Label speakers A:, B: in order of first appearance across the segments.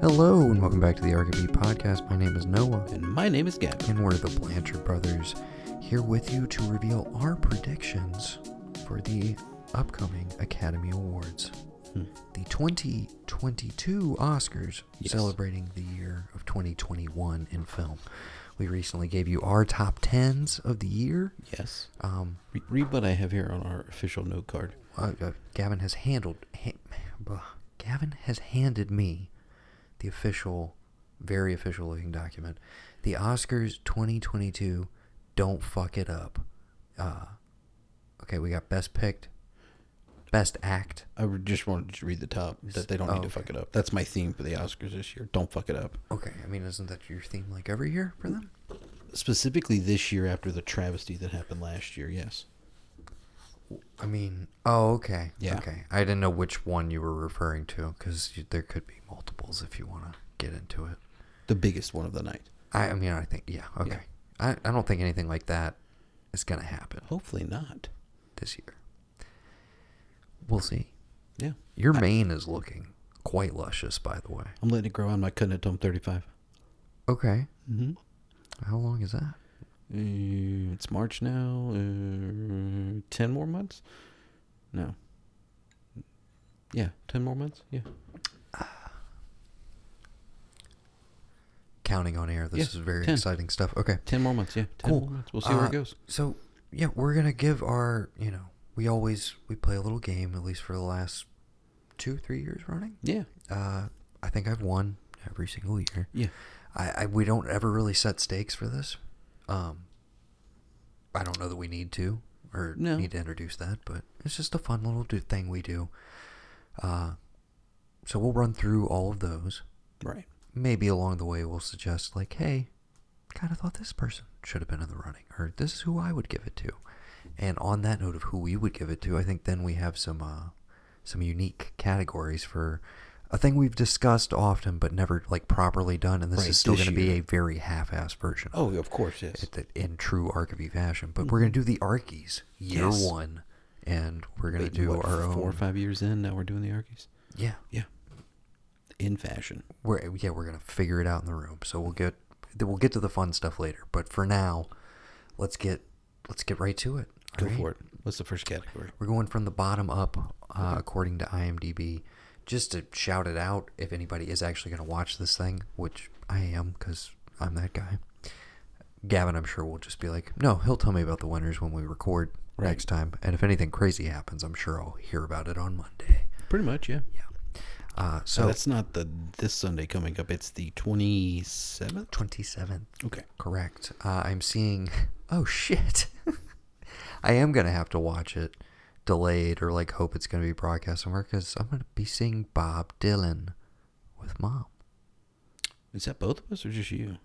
A: Hello and welcome back to the Archivy Podcast. My name is Noah,
B: And my name is Gavin.
A: and we're the Blanchard brothers here with you to reveal our predictions for the upcoming Academy Awards.
B: Hmm.
A: The 2022 Oscars,
B: Yes.
A: celebrating the year of 2021 in film. We recently gave you our top 10s of the year.
B: Yes.
A: Um,
B: Re- read what I have here on our official note card.
A: uh, uh, Gavin has handled. Ha- bah. Gavin has handed me the official, very official looking document, the Oscars 2022. Don't fuck it up. Uh, okay, we got best picked, best act.
B: I would just wanted to read the top that they don't
A: Oh,
B: need to
A: okay.
B: fuck it up. That's my theme for the Oscars this year. Don't fuck it up.
A: Okay, I mean, isn't that your theme like every year for them?
B: Specifically this year after the travesty that happened last year. Yes.
A: I mean, oh, okay,
B: Yeah.
A: okay. I didn't know which one you were referring to because there could be multiples if you want to get into it.
B: The biggest one of the night.
A: I, I mean, I think, yeah, okay. I, I don't think anything like that is going to happen
B: Hopefully not.
A: this year. We'll see.
B: Yeah.
A: Your mane is looking quite luscious, by the way.
B: I'm letting it grow on my cutting it till I'm 35.
A: Okay.
B: Mm-hmm. Uh,
A: How long is that?
B: it's March now. Uh, 10 more months? No. Yeah. 10 more months? Yeah.
A: Counting on air. This
B: Yeah,
A: is very
B: 10.
A: exciting stuff. Okay.
B: 10 more months. Yeah. 10
A: Cool.
B: more months. We'll see where
A: Uh,
B: it goes.
A: So, yeah, we're going to give our, you know, we always, we play a little game, at least for the last two, three years running.
B: Yeah.
A: Uh, I think I've won every single year.
B: Yeah.
A: I, I we don't ever really set stakes for this. Um, I don't know that we need to or
B: No.
A: need to introduce that, but it's just a fun little do- thing we do. Uh, so we'll run through all of those.
B: Right.
A: Maybe along the way we'll suggest like, hey, kind of thought this person should have been in the running, or this is who I would give it to. And on that note of who we would give it to, I think then we have some uh, some unique categories for a thing we've discussed often but never like properly done, and this
B: Right,
A: is still
B: this
A: going to be
B: year.
A: a very half-assed version. of
B: Oh, of course, yes. Mm-hmm.
A: it that- in true Archivy fashion, but we're going to do the Archies year
B: Yes.
A: one, and we're going to
B: Wait,
A: do
B: what,
A: our own.
B: Four or five years in, now we're doing the Archies.
A: Yeah,
B: Yeah. In fashion.
A: we're yeah we're gonna figure it out in the room. So we'll get th- we'll get to the fun stuff later. But for now, let's get let's get right to it.
B: Go for it. What's the first category?
A: We're going from the bottom up, uh, according to IMDb. Just to shout it out, if anybody is actually gonna watch this thing, which I am, because I'm that guy. Gavin, I'm sure will just be like, no, he'll tell me about the winners when we record
B: Right.
A: next time. And if anything crazy happens, I'm sure I'll hear about it on Monday.
B: Pretty much, yeah. Oh.
A: Yeah. Uh,
B: So
A: so
B: that's not the this Sunday coming up. It's the twenty seventh.
A: 27th.
B: Okay.
A: Correct. Uh, I'm seeing. Oh shit! I am gonna have to watch it delayed or like hope it's gonna be broadcast somewhere because I'm gonna be seeing Bob Dylan with mom.
B: Is that both of us or just you?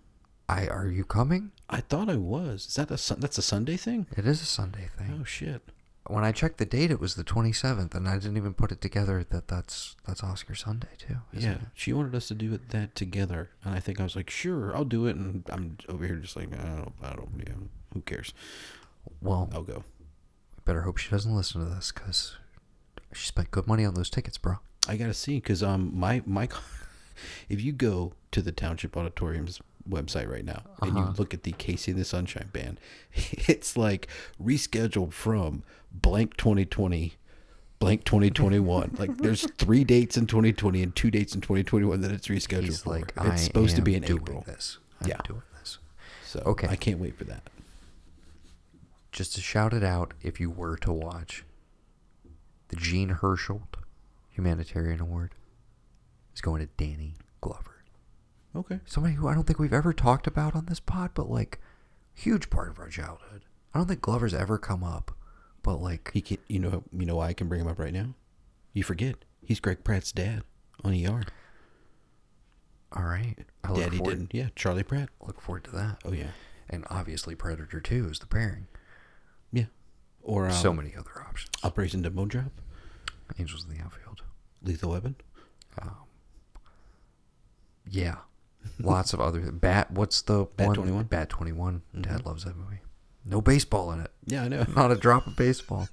A: I are you coming?
B: I thought I was. Is that a Sun- that's a Sunday thing?
A: It is a Sunday thing.
B: Oh shit.
A: When I checked the date, it was the 27th, and I didn't even put it together that that's that's Oscar Sunday too. isn't
B: Yeah.
A: it?
B: She wanted us to do it that together, and I think I was like, sure, I'll do it, and I'm over here just like, I don't, I don't, yeah, who cares?
A: Well,
B: I'll go.
A: better hope she doesn't listen to this because she spent good money on those tickets, bro.
B: I gotta see because um my my co- if you go to the township auditorium's website right now and
A: Uh-huh.
B: you look at the Casey and the Sunshine Band, it's like rescheduled from blank 2020 blank 2021 like there's three dates in 2020 and two dates in 2021 that it's rescheduled
A: He's
B: for.
A: like,
B: it's
A: I
B: supposed to be
A: am
B: in
A: doing
B: april
A: This. I'm
B: Yeah.
A: doing this.
B: so
A: Okay.
B: i can't wait for that
A: just to shout it out if you were to watch the Gene Herschel Humanitarian Award is going to Danny Glover.
B: okay
A: Somebody who I don't think we've ever talked about on this pod, but like huge part of our childhood. I don't think Glover's ever come up, but like
B: he can you know you know why i can bring him up right now you forget he's greg pratt's dad on er
A: all right. I look
B: daddy
A: forward,
B: didn't yeah charlie pratt
A: look forward to that.
B: oh yeah
A: And obviously Predator 2 is the pairing.
B: Yeah. Or um,
A: so many other options.
B: Operation Dumbo Drop,
A: Angels in the Outfield.
B: Lethal Weapon.
A: Um, yeah, lots of other bat. What's the
B: Bat Mm-hmm.
A: one?
B: 21?
A: Bat Twenty One. Dad loves that movie. No baseball in it.
B: Yeah, I know.
A: Not a drop of baseball.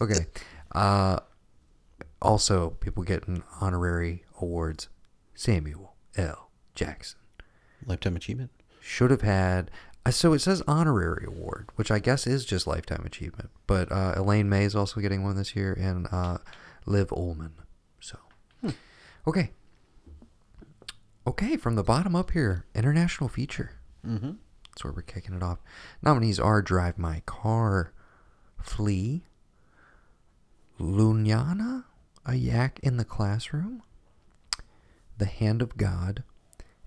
A: Okay. Uh, also, people getting honorary awards. Samuel L. Jackson
B: Lifetime achievement.
A: should have had. uh, So it says honorary award, which I guess is just lifetime achievement. But uh, Elaine May is also getting one this year, and uh, Liv Ullman. So, okay, okay. From the bottom up here, international feature.
B: Mm-hmm.
A: That's where we're kicking it off. Nominees are Drive My Car, Flea, Lunyana, A Yak in the Classroom, The Hand of God,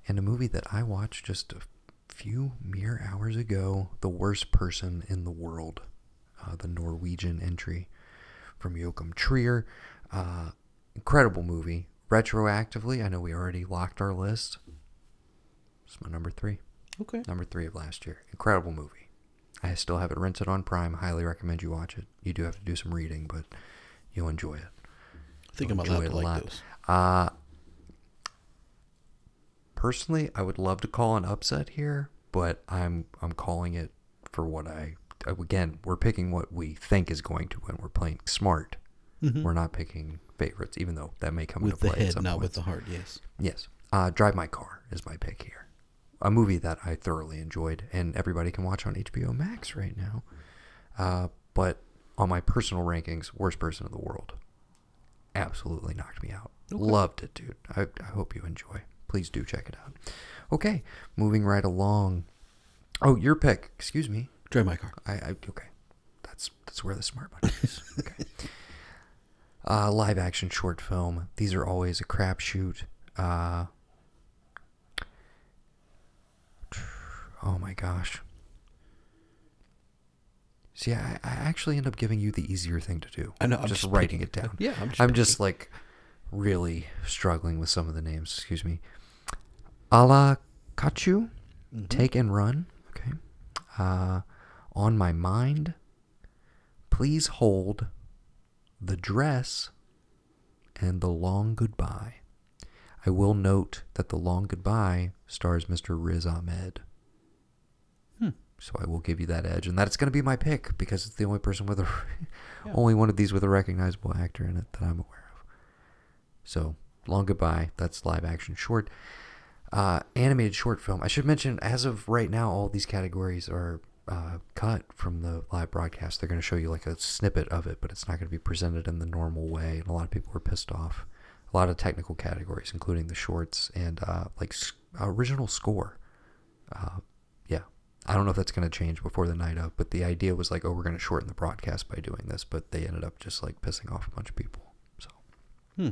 A: and a movie that I watched just a few mere hours ago The Worst Person in the World, uh, the Norwegian entry from Joachim Trier. Uh, incredible movie. Retroactively, I know we already locked our list. It's my number three
B: Okay.
A: number three of last year. Incredible movie. I still have it rented on Prime. Highly recommend you watch it. You do have to do some reading, but you'll enjoy it.
B: I think I'm
A: Enjoy
B: allowed
A: it
B: to
A: a
B: like
A: lot.
B: those.
A: Uh, personally, I would love to call an upset here, but I'm I'm calling it for what I again we're picking what we think is going to win. We're playing smart. We're not picking favorites, even though that may come
B: Mm-hmm. With
A: into
B: the
A: play at
B: head,
A: some
B: not
A: point.
B: with the heart. Yes.
A: Yes. Uh, Drive My Car is my pick here. A movie that I thoroughly enjoyed and everybody can watch on HBO Max right now. Uh, but on my personal rankings, worst person in the world. Absolutely knocked me out. Loved it, dude. I, I hope you enjoy. Please do check it out. Okay, moving right along. Oh, your pick. Excuse me.
B: Drive my car.
A: I, I okay. That's that's where the smart money is. Okay. uh, live action short film. These are always a crapshoot. Uh, oh my gosh. See, I, I actually end up giving you the easier thing to do.
B: I know, I'm
A: just,
B: just
A: writing it
B: picking-
A: down.
B: yeah, I'm just
A: I'm just like really struggling with some of the names. Excuse me. A la Kachu,
B: Mm-hmm.
A: Take and Run. Okay. Uh, on My Mind, Please Hold, The Dress, and The Long Goodbye. I will note that The Long Goodbye stars Mr. Riz Ahmed.
B: Hmm.
A: So I will give you that edge, and that's going to be my pick because it's the only person with a, only one of these with a recognizable actor in it that I'm aware of. So long goodbye. That's live action short, uh, animated short film. I should mention as of right now, all these categories are uh, cut from the live broadcast. They're going to show you like a snippet of it, but it's not going to be presented in the normal way, and a lot of people were pissed off. A lot of technical categories, including the shorts and uh, like s- original score Uh, yeah i don't know if that's going to change before the night up but the idea was like oh we're going to shorten the broadcast by doing this but they ended up just like pissing off a bunch of people so
B: Hmm.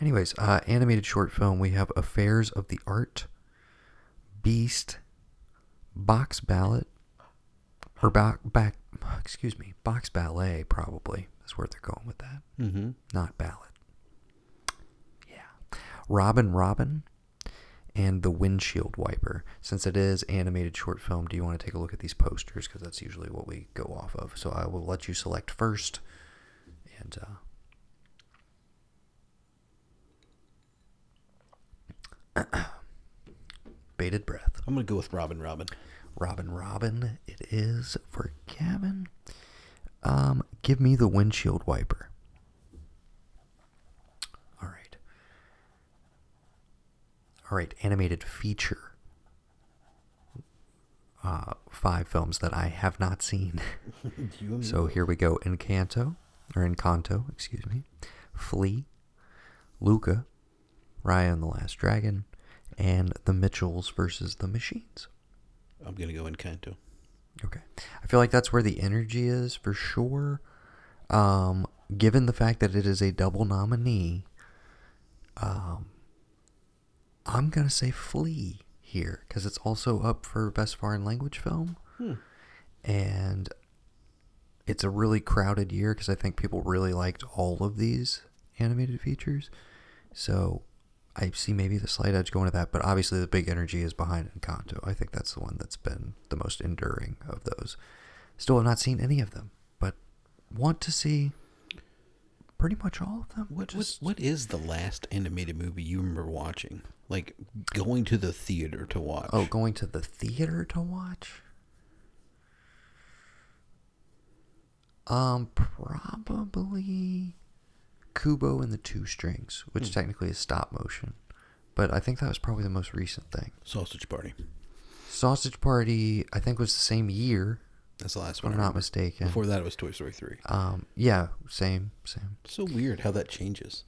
A: anyways uh, animated short film we have affairs of the art beast box ballot or back back excuse me box ballet probably is where they're going with that
B: Mm-hmm.
A: not ballad. Yeah. Robin Robin and the windshield wiper. Since it is animated short film, do you want to take a look at these posters because that's usually what we go off of. So I will let you select first and uh bated breath.
B: I'm gonna go with Robin. Robin.
A: Robin Robin, it is for Gavin. Um, give me the windshield wiper. All right. All right, animated feature. Uh, five films that I have not seen.
B: You and
A: So here we go. Encanto, or Encanto, excuse me. Flea, Luca, Raya and the Last Dragon, and The Mitchells versus the Machines.
B: I'm gonna go Encanto.
A: Okay. I feel like that's where the energy is for sure. Um, given the fact that it is a double nominee, um, I'm going to say Flea here because it's also up for Best Foreign Language Film. And it's a really crowded year because I think people really liked all of these animated features. So I see maybe the slight edge going to that, but obviously the big energy is behind Encanto. I think that's the one that's been the most enduring of those. Still have not seen any of them, but want to see pretty much all of them.
B: What,
A: Just-
B: what what is the last animated movie you remember watching? Like going to the theater to watch?
A: Oh, going to the theater to watch? Um, probably Kubo and the Two Strings, which technically is stop motion. But I think that was probably the most recent thing.
B: Sausage Party.
A: Sausage Party, I think, was the same year,
B: That's the last
A: if
B: one. I
A: I'm not
B: remember.
A: mistaken.
B: Before that, it was Toy Story 3.
A: Um, yeah, same, same.
B: So weird how that changes.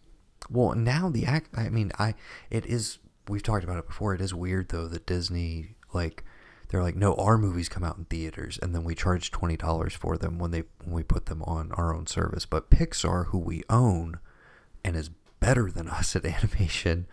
A: Well, now the act. I mean, I. It is. We've talked about it before. It is weird though that Disney like they're like, no, our movies come out in theaters, and then we charge twenty dollars for them when they when we put them on our own service. But Pixar, who we own, and is better than us at animation,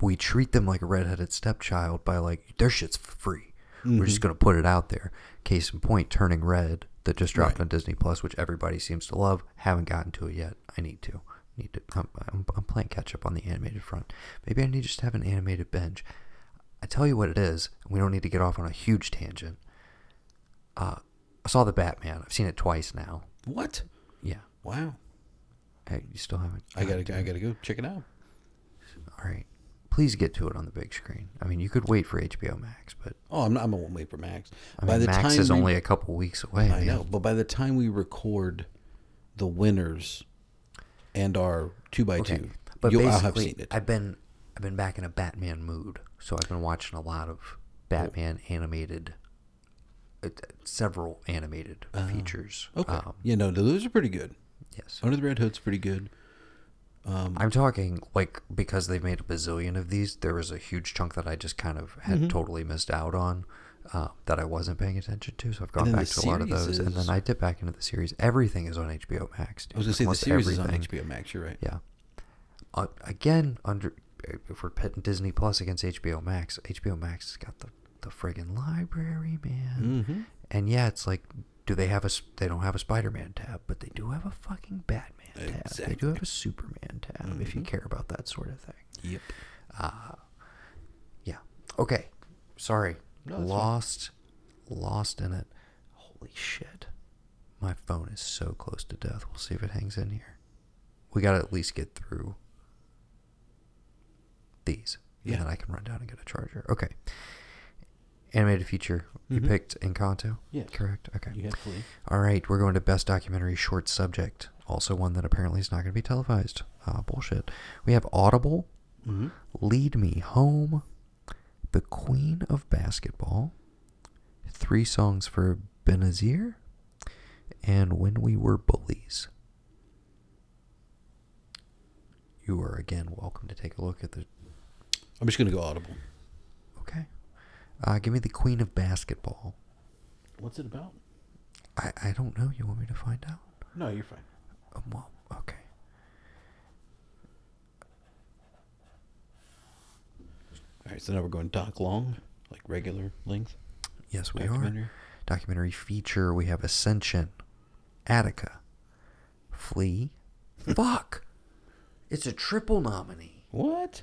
A: we treat them like a redheaded stepchild by like their shit's free. We're just
B: Mm-hmm.
A: gonna put it out there. Case in point, Turning Red that just dropped
B: Right.
A: on Disney Plus, which everybody seems to love. Haven't gotten to it yet. I need to. Need to. I'm, I'm, I'm playing catch up on the animated front. Maybe I need just to have an animated binge. I tell you what it is. and We don't need to get off on a huge tangent. Uh, I saw the Batman. I've seen it twice now.
B: What?
A: Yeah.
B: Wow.
A: Hey, you still haven't.
B: I gotta, I gotta go check it out.
A: All right. Please get to it on the big screen. I mean, you could wait for HBO Max, but
B: Oh, I'm not. I'm gonna wait for Max.
A: I mean, Max is
B: we-
A: only a couple weeks away.
B: I
A: man.
B: know, but by the time we record the winners and our two by
A: Okay.
B: two,
A: But
B: you'll, I'll have
A: basically,
B: seen it.
A: I've been I've been back in a Batman mood, so I've been watching a lot of Batman animated, uh, several animated features.
B: Uh-huh. okay.
A: Um,
B: yeah, no, those are pretty good.
A: yes,
B: Under the Red Hood's pretty good.
A: I'm talking like because they've made a bazillion of these. There was a huge chunk that I just kind of had
B: Mm-hmm.
A: totally missed out on. Uh, that I wasn't paying attention to, so I've gone
B: then
A: back
B: the
A: to a lot of
B: series
A: those, and
B: is-
A: then I dip back into the series. Everything is on HBO Max. Dude.
B: I was gonna say the
A: Almost
B: series
A: everything.
B: is on HBO Max. You're right.
A: Yeah. Uh, again, under uh, if we're pitting Disney Plus against HBO Max, HBO Max has got the the friggin' library, man.
B: Mm-hmm.
A: And yeah, it's like, do they have a? s- They don't have a Spider-Man tab, but they do have a fucking Batman tab. They do
B: Exactly. Mm-hmm.
A: have a Superman tab, if you care about that sort of thing.
B: Yep.
A: Yeah. Okay. Sorry.
B: No, that's fine.
A: lost, lost in it. Holy shit. My phone is so close to death. We'll see if it hangs in here. We got to at least get through these.
B: Yeah.
A: And then I can run down and get a charger. Okay. Animated feature. You picked Encanto?
B: Mm-hmm. Yes.
A: Correct? Okay.
B: You have to leave.
A: All right, we're going to best documentary short subject. Also, one that apparently is not going to be televised. Ah, bullshit. We have Audible, Mm-hmm. Lead Me Home, The Queen of Basketball, Three Songs for Benazir, and When We Were Bullies. You are again welcome to take a look at the.
B: I'm just gonna go Audible.
A: Okay. Uh, give me The Queen of Basketball.
B: What's it about?
A: I, I don't know. You want me to find out?
B: No, you're fine.
A: Um, well, okay.
B: All right, so now we're going doc long, like regular length.
A: Yes, we
B: documentary.
A: are. Documentary feature. We have Ascension, Attica, Flea. Fuck! It's a triple nominee.
B: What?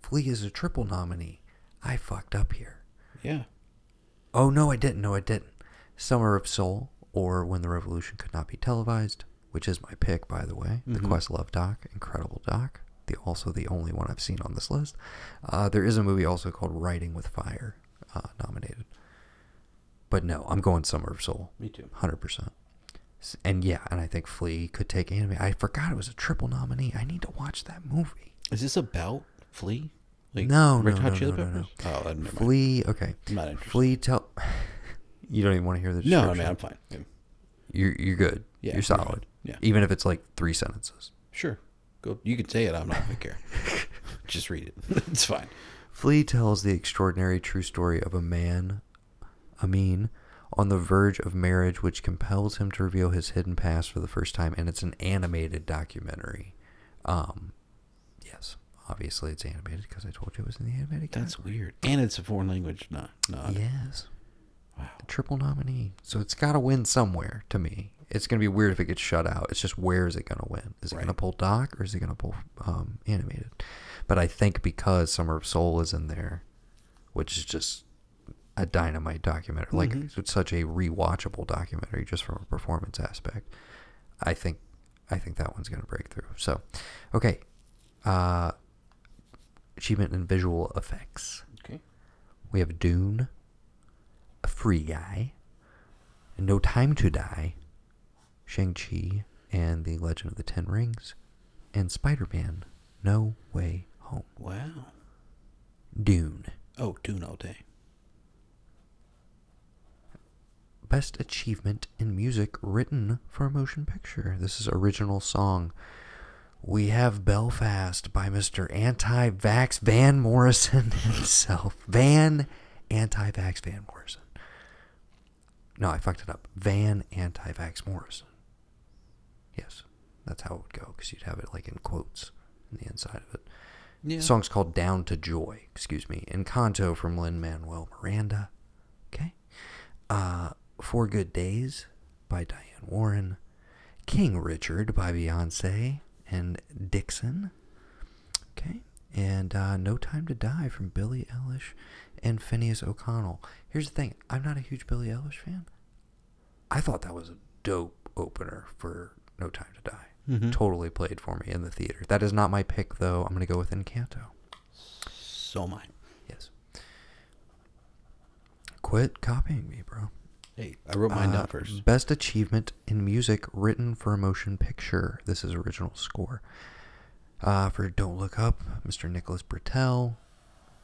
A: Flea is a triple nominee. I fucked up here.
B: Yeah.
A: Oh no, I didn't. No, I didn't. Summer of Soul, or When the Revolution Could Not Be Televised, which is my pick, by the way. The Quest Love doc, incredible doc. The also the only one I've seen on this list. Uh, there is a movie also called Writing with Fire, uh, nominated. But no, I'm going Summer of Soul.
B: Me too.
A: Hundred percent. And yeah, and I think Flea could take anime. I forgot it was a triple nominee. I need to watch that movie.
B: Is this about Flea? Like
A: No,
B: Red
A: no,
B: Hot
A: no,
B: Chili
A: no, no, no.
B: Peppers? Oh, I never mind.
A: Flea, okay.
B: I'm not interested.
A: Flea, tell. you don't even want to hear the
B: No,
A: description.
B: I mean I'm fine. Yeah.
A: You're you're good.
B: Yeah,
A: you're
B: we're fine.
A: solid.
B: Yeah.
A: Even if it's like three sentences.
B: Sure. Go. You can say it. I'm not. I care. Just read it. it's fine.
A: Flea tells the extraordinary true story of a man, Amin, on the verge of marriage, which compels him to reveal his hidden past for the first time, and it's an animated documentary. Um, yes, obviously it's animated because I told you it was in the animated.
B: That's weird. And it's a foreign language. No, no.
A: category. yes,
B: Wow.
A: triple nominee. So it's got to win somewhere to me. It's gonna be weird if it gets shut out. It's just where is it gonna win? Is it gonna
B: Right.
A: pull doc or is it gonna pull um, animated? But I think because Summer of Soul is in there, which is just a dynamite documentary, like it's such a rewatchable documentary just from a performance aspect. I think, I think that one's gonna break through. So, okay, uh, achievement in visual effects.
B: Okay.
A: We have Dune, A Free Guy, No Time to Die, Shang-Chi and the Legend of the Ten Rings, and Spider-Man No Way home.
B: Wow.
A: Dune.
B: Oh, Dune all day.
A: Best achievement in music written for a motion picture. This is original song. We have Belfast by Mr. Anti Vax Van Morrison himself. Van Anti Vax Van Morrison. No, I fucked it up. Van Anti Vax Morrison. Yes, that's how it would go because you'd have it like in quotes on the inside of it.
B: Yeah.
A: The song's called Down to Joy, excuse me, Encanto from Lin Manuel Miranda. Okay. Uh, Four Good Days by Diane Warren. King Richard by Beyonce and Dixon. Okay. And uh, No Time to Die from Billie Eilish and Phineas O'Connell. Here's the thing I'm not a huge Billie Eilish fan. I thought that was a dope opener for No Time to Die.
B: Mhm.
A: Totally played for me in the theater. That is not my pick, though. I'm going to go with Encanto.
B: So am I.
A: Yes. Quit copying me, bro.
B: Hey, I wrote mine
A: Uh,
B: down first.
A: Best achievement in music written for a motion picture. This is original score. Uh, for Don't Look Up, Mr. Nicholas Bertel,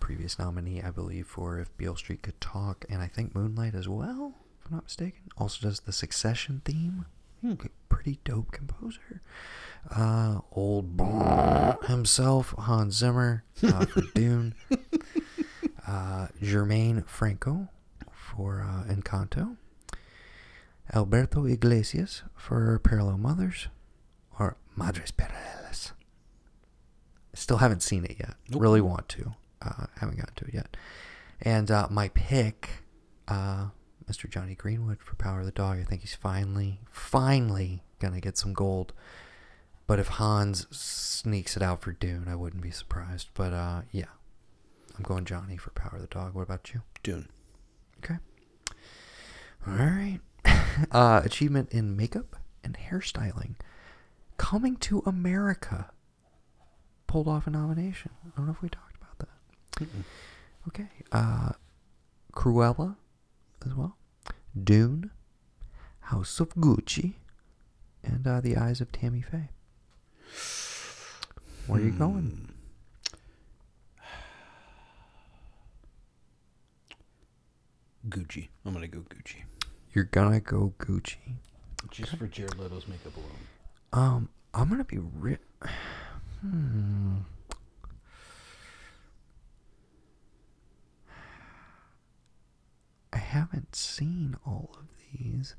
A: previous nominee, I believe, for If Beale Street Could Talk, and I think Moonlight as well, if I'm not mistaken. Also does the Succession theme.
B: Hmm.
A: Okay, Pretty dope composer. Uh, old himself, Hans Zimmer, uh, for Dune. Uh, Germaine Franco for uh, Encanto. Alberto Iglesias for Parallel Mothers or Madres Paralelas. Still haven't seen it yet.
B: Nope.
A: Really want to. Uh, haven't gotten to it yet. And uh, my pick, uh, Mr. Johnny Greenwood for Power of the Dog. I think he's finally, finally going to get some gold. But if Hans sneaks it out for Dune, I wouldn't be surprised. But uh, yeah, I'm going Johnny for Power of the Dog. What about you?
B: Dune.
A: Okay. All right. uh, achievement in makeup and hairstyling. Coming to America pulled off a nomination. I don't know if we talked about that. Okay. Uh, Cruella as well. Dune. House of Gucci. And uh, The Eyes of Tammy Faye. Where are
B: Hmm.
A: you going?
B: Gucci. I'm gonna go Gucci.
A: You're gonna go Gucci.
B: Just for Jared Leto's makeup alone.
A: Um, I'm gonna be ri Hmm. I haven't seen all of these.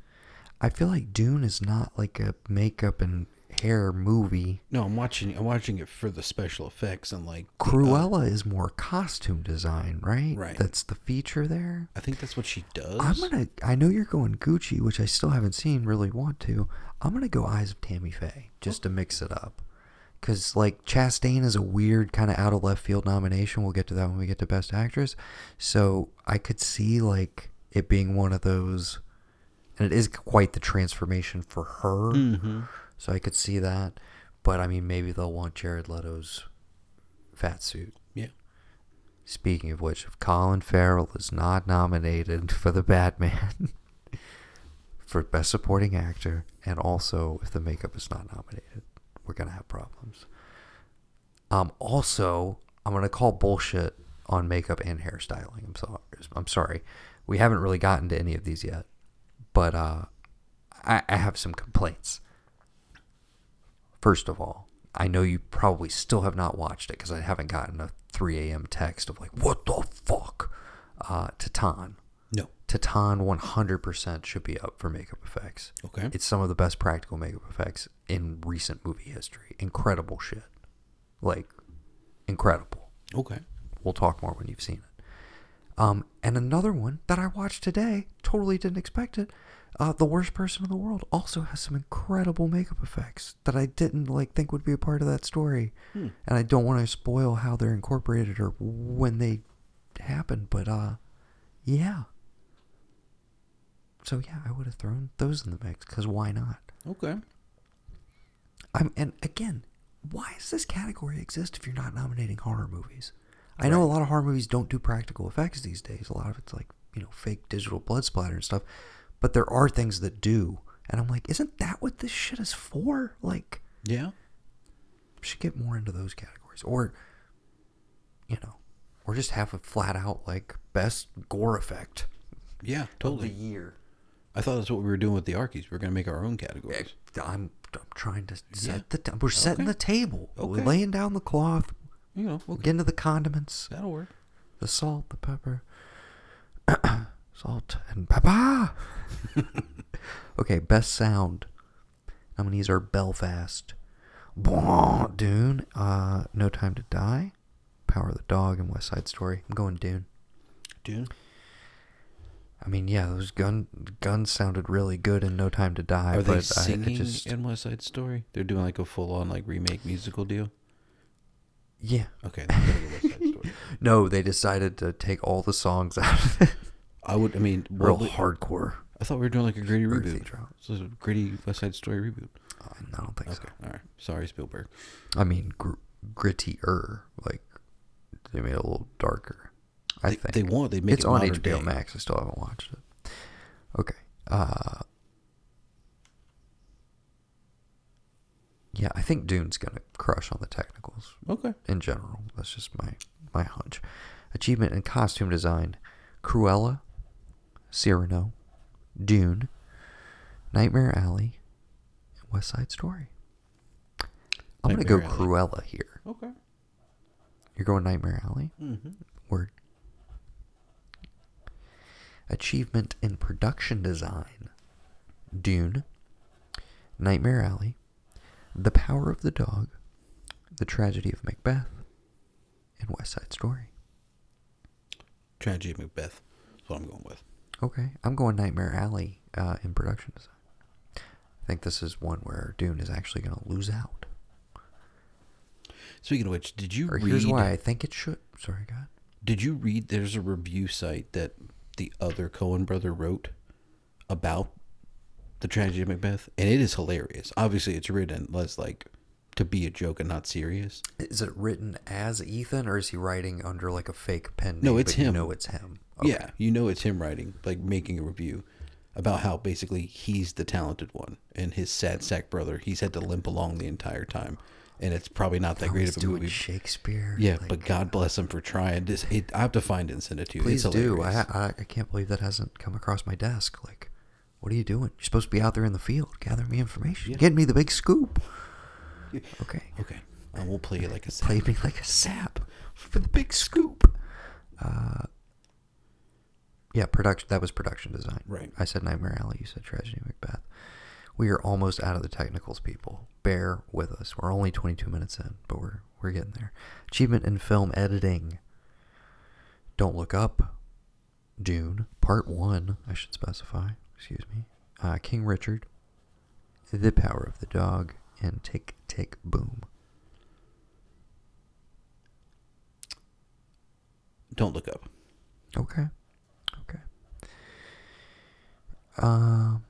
A: I feel like Dune is not like a makeup and hair movie.
B: No, I'm watching. I'm watching it for the special effects and like the, uh,
A: Cruella is more costume design, right?
B: Right.
A: That's the feature there.
B: I think that's what she does.
A: I'm gonna. I know you're going Gucci, which I still haven't seen. Really want to. I'm gonna go Eyes of Tammy Faye just to mix it up, because like Chastain is a weird kind of out of left field nomination. We'll get to that when we get to Best Actress. So I could see like it being one of those, and it is quite the transformation for her.
B: Mm-hmm.
A: So I could see that, but I mean maybe they'll want Jared Leto's fat suit.
B: Yeah.
A: Speaking of which, if Colin Farrell is not nominated for the Batman for Best Supporting Actor, and also if the makeup is not nominated, we're gonna have problems. Um. Also, I'm gonna call bullshit on makeup and hairstyling. I'm sorry. I'm sorry. We haven't really gotten to any of these yet, but uh, I, I have some complaints. First of all, I know you probably still have not watched it because I haven't gotten a 3 a.m. text of like, what the fuck? Uh, Titan.
B: No.
A: Titan 100% should be up for makeup effects.
B: Okay.
A: It's some of the best practical makeup effects in recent movie history. Incredible shit. Like, incredible.
B: okay.
A: We'll talk more when you've seen it. Um, and another one that I watched today, totally didn't expect it. Uh, the worst person in the world also has some incredible makeup effects that I didn't like think would be a part of that story, and I don't want to spoil how they're incorporated or when they happen. But uh, yeah. So yeah, I would have thrown those in the mix because why not?
B: Okay.
A: I'm and again, why does this category exist if you're not nominating horror movies? I know a lot of horror movies don't do practical effects these days. A lot of it's like, you know, fake digital blood splatter and stuff. But there are things that do. And I'm like, isn't that what this shit is for? Like,
B: Yeah.
A: should get more into those categories. Or you know, or just have a flat out like best gore effect
B: Yeah,
A: of the
B: totally.
A: year.
B: I thought that's what we were doing with the Arkies. We are going to make our own categories.
A: I'm, I'm trying to set the the. We're setting the table. We're
B: Okay.
A: laying down the cloth.
B: You know,
A: We'll
B: okay,
A: get into the condiments,
B: that'll work.
A: the salt, the pepper, salt and pepper. okay, best sound. I'm gonna use our Belfast. Bwah, Dune. Uh, No Time to Die. Power of the Dog and West Side Story. I'm going Dune.
B: Dune.
A: I mean, yeah, those gun guns sounded really good in No Time to Die,
B: Are
A: but
B: they
A: I, I
B: singing
A: just
B: in West Side Story? They're doing like a full on like remake musical deal.
A: yeah.
B: Okay, then we gotta go West Side Story.
A: No, they decided to take all the songs out of it.
B: I would. I mean,
A: Real
B: what would-
A: hardcore.
B: I thought we were doing like a gritty
A: Earthy
B: reboot.
A: drought.
B: So it's a gritty West Side Story reboot.
A: Uh, no, I don't think
B: Okay, all right. Sorry, Spielberg.
A: so. I mean, gr- grittier. Like they made it a little darker. I
B: they,
A: think
B: they want. They make
A: it's
B: it
A: on
B: modern
A: HBO
B: day.
A: Max. I still haven't watched it. Okay. Uh, yeah, I think Dune's gonna crush on the technicals.
B: Okay.
A: in general. That's just my my hunch. Achievement in costume design: Cruella, Cyrano, Dune, Nightmare Alley, and West Side Story. I'm gonna go
B: Nightmare Alley.
A: Cruella here.
B: Okay.
A: You're going Nightmare Alley.
B: Mm-hmm.
A: Word. Achievement in production design: Dune, Nightmare Alley, The Power of the Dog, The Tragedy of Macbeth, and West Side Story.
B: Tragedy of Macbeth. That's what I'm going with.
A: Okay, I'm going Nightmare Alley uh, in production design. I think this is one where Dune is actually going to lose out.
B: Speaking of which, did you
A: Or
B: read?
A: here's why I think it should. Sorry, God.
B: Did you read? There's a review site that the other Cohen brother wrote about the tragedy of Macbeth, and it is hilarious. Obviously, it's written as like to be a joke and not serious.
A: Is it written as Ethan, or is he writing under like a fake pen name?
B: No, it's
A: but You
B: him.
A: know it's him.
B: Yeah, you know it's him writing, like making a review about how basically he's the talented one, and his sad sack brother he's had to limp along the entire time, and it's probably not that
A: Oh,
B: great
A: he's
B: of a
A: doing
B: movie.
A: Shakespeare.
B: Yeah,
A: like,
B: but God bless him for trying. This it, I have to find it and send it to you.
A: please
B: it's
A: do. I,
B: hilarious.
A: I I can't believe that hasn't come across my desk. Like, what are you doing? You're supposed to be out there in the field gathering me information, getting me the big scoop. Okay,
B: Okay, I will play it like a sack.
A: played me like a sap for the big scoop. Uh, yeah, production. That was production design.
B: Right.
A: I said Nightmare Alley. You said Tragedy of Macbeth. We are almost out of the technicals, people. Bear with us. We're only 22 minutes in, but we're we're getting there. Achievement in film editing. Don't look up. Dune, Part One. I should specify. Excuse me. Uh, King Richard. The Power of the Dog and Tick Tick Boom.
B: Don't look up.
A: Okay. Okay. Um.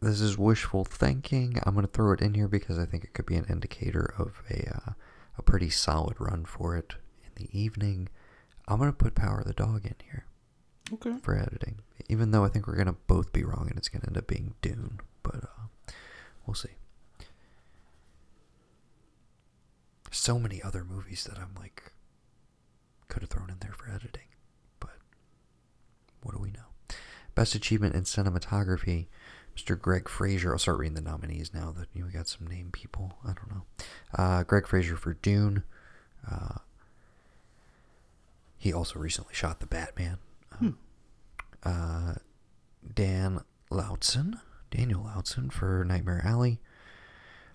A: This is wishful thinking. I'm going to throw it in here because I think it could be an indicator of a uh, a pretty solid run for it in the evening. I'm going to put Power of the Dog in here
B: Okay.
A: for editing, even though I think we're going to both be wrong and it's going to end up being Dune, but uh, we'll see. So many other movies that I'm like, could have thrown in there for editing, but what do we know? Best achievement in cinematography, Mr. Greg Fraser. I'll start reading the nominees now that you know, we got some name people. I don't know. Uh, Greg Fraser for Dune. Uh, he also recently shot The Batman. Uh, Dan Lautzen, Daniel Lautzen for Nightmare Alley,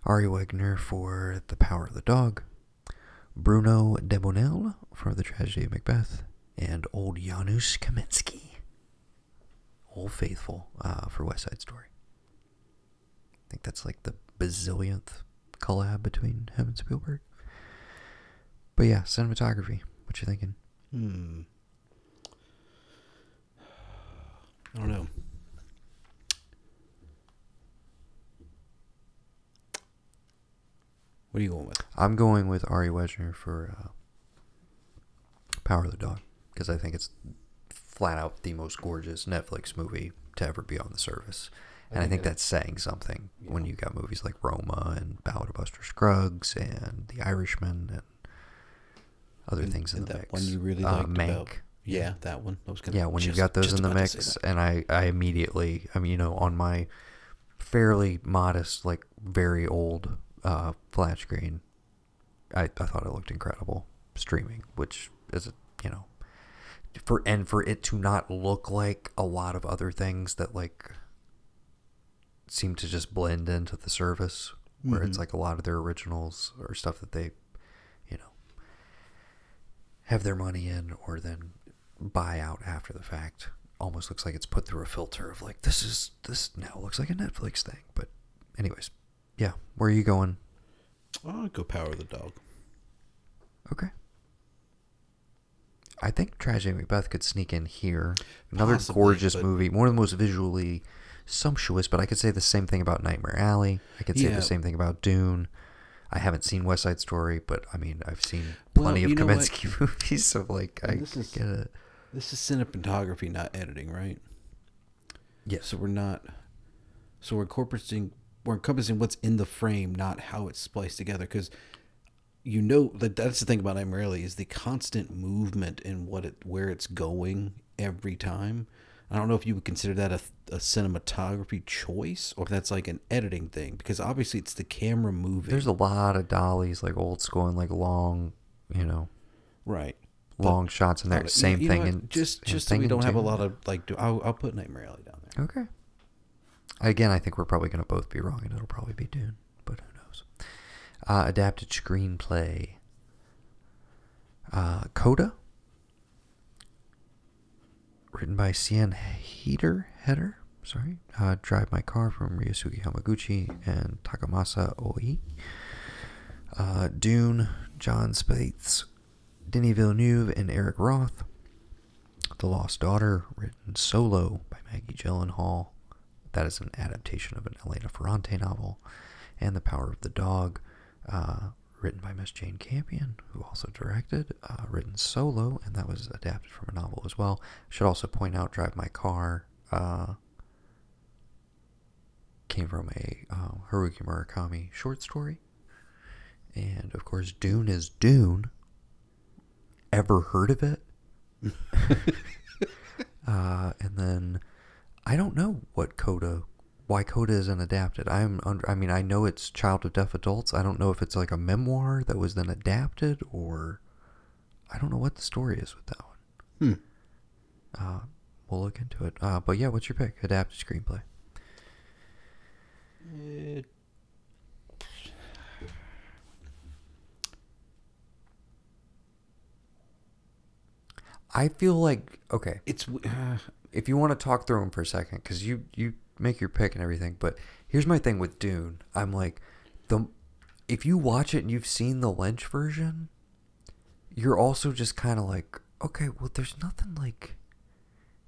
A: Ari Wegner for The Power of the Dog, Bruno Debonel for The Tragedy of Macbeth, and old Janusz Kaminski, Old Faithful uh, for West Side Story. I think that's like the bazillionth collab between him and Spielberg. But yeah, cinematography. What you thinking?
B: Hmm. I don't know. What are you going with?
A: I'm going with Ari Wegner for uh, Power of the Dog because I think it's flat out the most gorgeous Netflix movie to ever be on the service. And I think, that's saying something when you got movies like Roma and Ballad of Buster Scruggs and The Irishman and other things in
B: and
A: the
B: that
A: mix.
B: one you really
A: Uh,
B: liked
A: Mank.
B: about. Yeah, that one. I was gonna.
A: Yeah, when you've
B: just-
A: got those
B: just
A: in the
B: about to say
A: mix,
B: that.
A: and I, I immediately, I mean, you know, on my fairly modest, like very old uh, flat screen, I, I thought it looked incredible streaming, which is, a, you know, for and for it to not look like a lot of other things that like seem to just blend into the service, where it's like a lot of their originals or stuff that they, you know, have their money in or then buy out after the fact almost looks like it's put through a filter of like this is this now looks like a Netflix thing. But anyways, yeah, where are you going?
B: I'll go Power of the Dog.
A: Okay. I think Tragedy Macbeth could sneak in here. Another
B: Possibly,
A: gorgeous
B: but-
A: movie, one of the most visually sumptuous, but I could say the same thing about Nightmare Alley. I could say
B: Yeah.
A: the same thing about Dune. I haven't seen West Side Story, but I mean, I've seen
B: Well,
A: plenty
B: you
A: of
B: know what?
A: Kaminsky movies, so like, I
B: And this
A: could
B: is-
A: get it.
B: This is cinematography, not editing, right?
A: Yes.
B: So we're not. So we're incorporating. We're encompassing what's in the frame, not how it's spliced together. Because you know that that's the thing about Nightmare Alley is the constant movement and what it where it's going every time. I don't know if you would consider that a, a cinematography choice or if that's like an editing thing because obviously it's the camera moving.
A: There's a lot of dollies, like old school and like long, you know,
B: right.
A: long shots in there.
B: But you-
A: Same
B: you know
A: thing.
B: what?
A: in
B: just
A: same
B: just so we
A: thing in
B: don't have a
A: Dune.
B: lot of like. Do, I'll, I'll put Nightmare Alley down there.
A: Okay. Again, I think we're probably going to both be wrong, and it'll probably be Dune, but who knows? Uh, adapted screenplay. Uh, Coda. Written by Cien Heater, Header, sorry. Uh, Drive My Car from Ryosuke Hamaguchi and Takamasa Oi. Uh, Dune, John Spates, Denis Villeneuve, and Eric Roth. The Lost Daughter, written solo by Maggie Gyllenhaal. That is an adaptation of an Elena Ferrante novel. And The Power of the Dog, uh, written by Miss Jane Campion, who also directed, uh, written solo, and that was adapted from a novel as well. Should also point out Drive My Car uh, came from a uh, Haruki Murakami short story. And of course, Dune is Dune. Ever heard of it? Uh, and then I don't know what Coda, why Coda isn't adapted. I'm under, I mean, I know it's Child of Deaf Adults. I don't know if it's like a memoir that was then adapted or I don't know what the story is with that one.
B: Hmm.
A: Uh, we'll look into it. Uh, but yeah, what's your pick? Adapted screenplay.
B: It...
A: I feel like, okay,
B: It's w- uh,
A: if you want to talk through them for a second, because you you make your pick and everything. But here's my thing with Dune. I'm like, the if you watch it and you've seen the Lynch version, you're also just kind of like, okay, well, there's nothing like.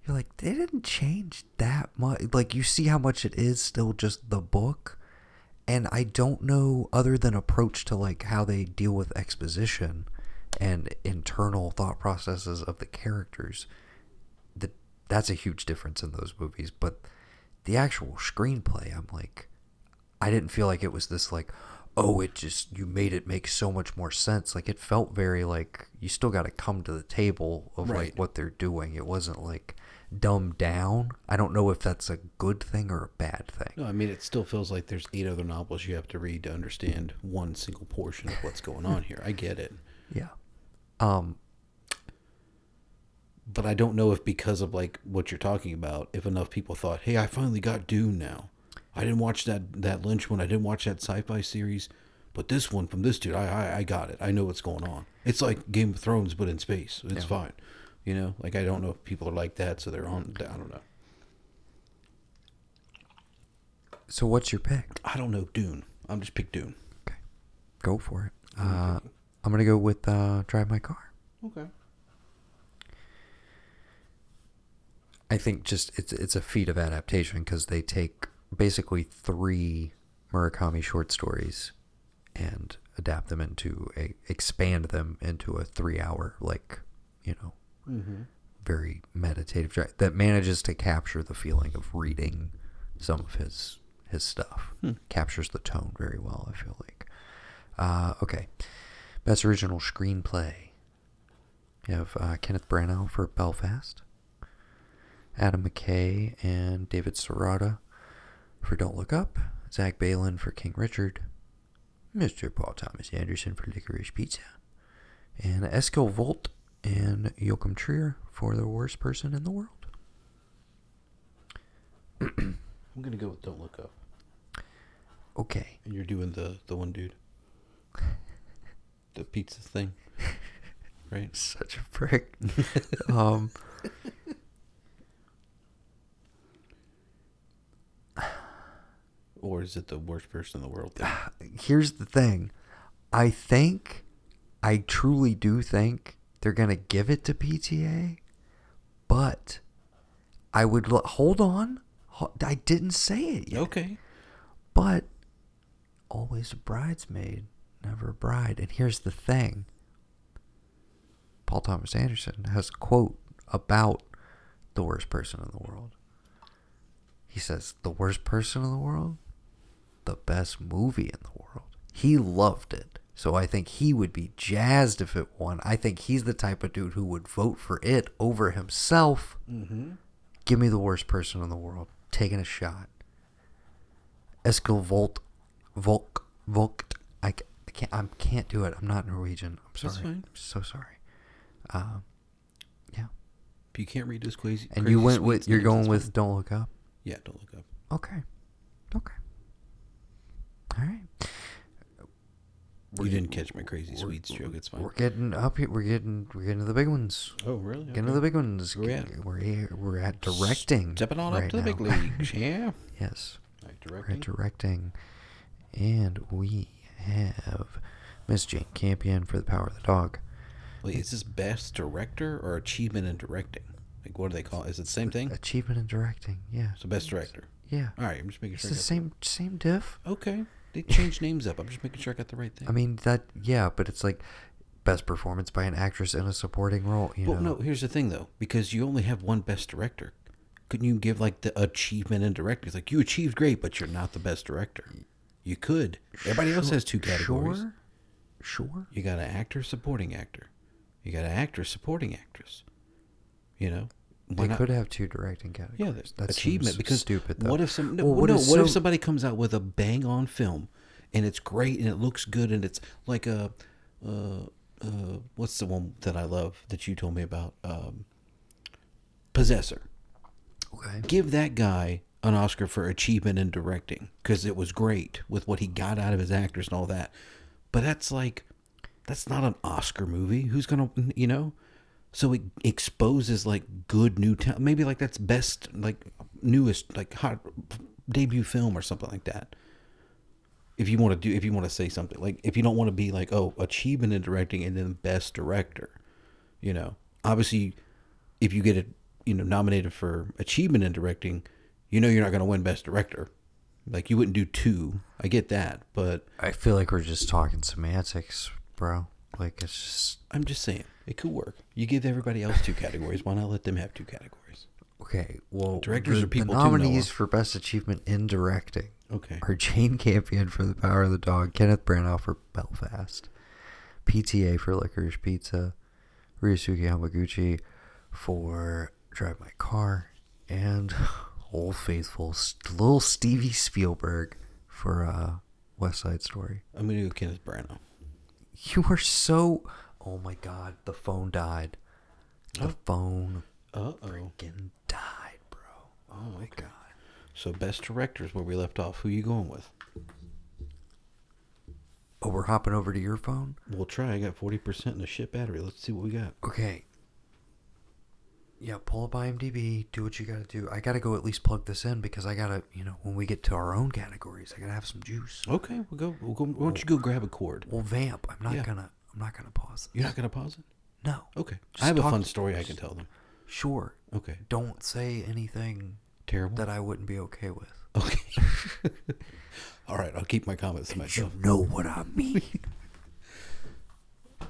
A: You're like, they didn't change that much. Like, you see how much it is still just the book. And I don't know, other than approach to like how they deal with exposition and internal thought processes of the characters, the, that's a huge difference in those movies. But the actual screenplay, I'm like, I didn't feel like it was this like, oh, it just you made it make so much more sense. Like it felt very like you still got to come to the table of
B: Right.
A: like what they're doing. It wasn't like dumbed down. I don't know if that's a good thing or a bad thing.
B: No, I mean it still feels like there's eight other novels you have to read to understand one single portion of what's going on here. I get it,
A: Yeah. Um.
B: but I don't know if because of like what you're talking about, if enough people thought, "Hey, I finally got Dune now. I didn't watch that that Lynch one. I didn't watch that sci-fi series, but this one from this dude, I I, I got it. I know what's going on. It's like Game of Thrones, but in space. It's fine. You know, like I don't know if people are like that, so they're on. I don't know.
A: So what's your pick?
B: I don't know Dune. I'm just pick Dune.
A: Okay. Go for it. Uh, I'm gonna go with uh, drive my car.
B: Okay.
A: I think just it's it's a feat of adaptation because they take basically three Murakami short stories and adapt them into a expand them into a three hour like you know very meditative dra- that manages to capture the feeling of reading some of his his stuff. Captures the tone very well. I feel like. Uh, okay, best original screenplay. You have uh, Kenneth Branagh for Belfast, Adam McKay and David Serrata for Don't Look Up, Zach Balin for King Richard, Mr. Paul Thomas Anderson for Licorice Pizza, and Eskil Volt and Joachim Trier for The Worst Person in the World.
B: I'm gonna go with Don't Look Up.
A: Okay.
B: And you're doing the the one dude, the pizza thing, right?
A: Such a prick. um,
B: Or is it the worst person in the world? Thing?
A: Ah, here's the thing. I think, I truly do think they're going to give it to PTA, but I would lo- hold on. Ho- I didn't say it yet,
B: Okay.
A: but always a bridesmaid, never a bride. And here's the thing Paul Thomas Anderson has a quote about the worst person in the world. He says, The worst person in the world? The best movie in the world. He loved it. So I think he would be jazzed if it won. I think he's the type of dude who would vote for it over himself.
B: Mm-hmm.
A: Give me the worst person in the world. Taking a shot. Eskil Volt, Volk, Volkt. I, c- I can't. I can't do it. I'm not Norwegian. I'm sorry.
B: That's fine.
A: I'm so sorry. Um, yeah.
B: You can't read those crazy.
A: And
B: crazy
A: you went
B: Swedes
A: with. You're
B: names,
A: going
B: that's
A: with.
B: fine.
A: Don't look up.
B: Yeah, Don't Look Up.
A: Okay. Okay. All right.
B: you didn't catch my crazy
A: we're-
B: Swedes joke. It's fine.
A: We're getting up here. We're getting. We're getting to the big ones.
B: Oh really?
A: Getting to the big ones.
B: Where we at?
A: We're here. We're at directing.
B: Stepping on up
A: right
B: to the big
A: now.
B: leagues. Yeah.
A: yes.
B: Like
A: We're
B: directing.
A: directing. And we have Miss Jane Campion for The Power of the Dog.
B: Wait, is this best director or achievement in directing? Like, what do they call? It? Is it the same thing?
A: Achievement in directing. Yeah.
B: So best director.
A: Yeah.
B: All right, I'm just making
A: It's
B: sure.
A: the
B: I got
A: same same diff.
B: the- okay, they changed names up. I'm just making sure I got the right thing.
A: I mean that yeah, but it's like best performance by an actress in a supporting role, you
B: Well,
A: know.
B: no, here's the thing though, because you only have one best director. Couldn't you give like the achievement in director? It's like you achieved great, but you're not the best director. You could. Everybody else
A: Sure-
B: has two categories.
A: Sure. Sure.
B: You got an actor, supporting actor. You got an actor, supporting actress. You know,
A: They
B: why not?
A: could have two directing categories.
B: Yeah, that's
A: that
B: achievement
A: seems
B: because
A: stupid though.
B: What if some? No,
A: Well,
B: what, no,
A: is
B: what if
A: so-
B: somebody comes out with a bang on film, and it's great and it looks good and it's like a, uh, uh, what's the one that I love that you told me about? Um, Possessor.
A: okay.
B: Give that guy an Oscar for achievement in directing because it was great with what he got out of his actors and all that. But that's like, that's not an Oscar movie. Who's gonna, you know? So it exposes like good new talent. Maybe like that's best, like newest, like hot debut film or something like that. If you want to do, if you want to say something like, if you don't want to be like, oh, achievement in directing and then best director, you know, obviously, if you get it, you know, nominated for achievement in directing, you know, you're not going to win best director. Like you wouldn't do two. I get that, but
A: I feel like we're just talking semantics, bro. Like it's just
B: I'm just saying it could work. You give everybody else two categories. Why not let them have two categories?
A: Okay, well,
B: Directors
A: the,
B: are people
A: the
B: too, Noah.
A: nominees for best achievement in directing
B: Okay.
A: are Jane Campion for The Power of the Dog, Kenneth Branagh for Belfast, PTA for Licorice Pizza, Ryusuke Hamaguchi for Drive My Car, and Old Faithful, st- little Stevie Spielberg for uh, West Side Story.
B: I'm gonna go Kenneth Branagh.
A: You are so. Oh my God, the phone died. The phone
B: Uh oh.
A: freaking died, bro.
B: Oh my god. So best directors where we left off. Who you going with?
A: Oh, we're hopping over to your phone?
B: We'll try. I got forty percent in a shit battery. Let's see what we got.
A: Okay. Yeah, pull up IMDb, do what you gotta do. I gotta go at least plug this in because I gotta, you know, when we get to our own categories, I gotta have some juice.
B: Okay, we'll go. We'll go. Why don't you go grab a cord?
A: Well, vamp. I'm not
B: Yeah. Oh.
A: gonna. I'm not gonna pause.
B: You're not gonna pause it.
A: No.
B: Okay.
A: Just
B: I have a
A: talk
B: fun
A: to-
B: story I can tell them.
A: Sure.
B: Okay.
A: Don't say anything
B: Terrible.
A: that I wouldn't be okay with.
B: Okay. All right. I'll keep my comments to myself.
A: You know what I mean.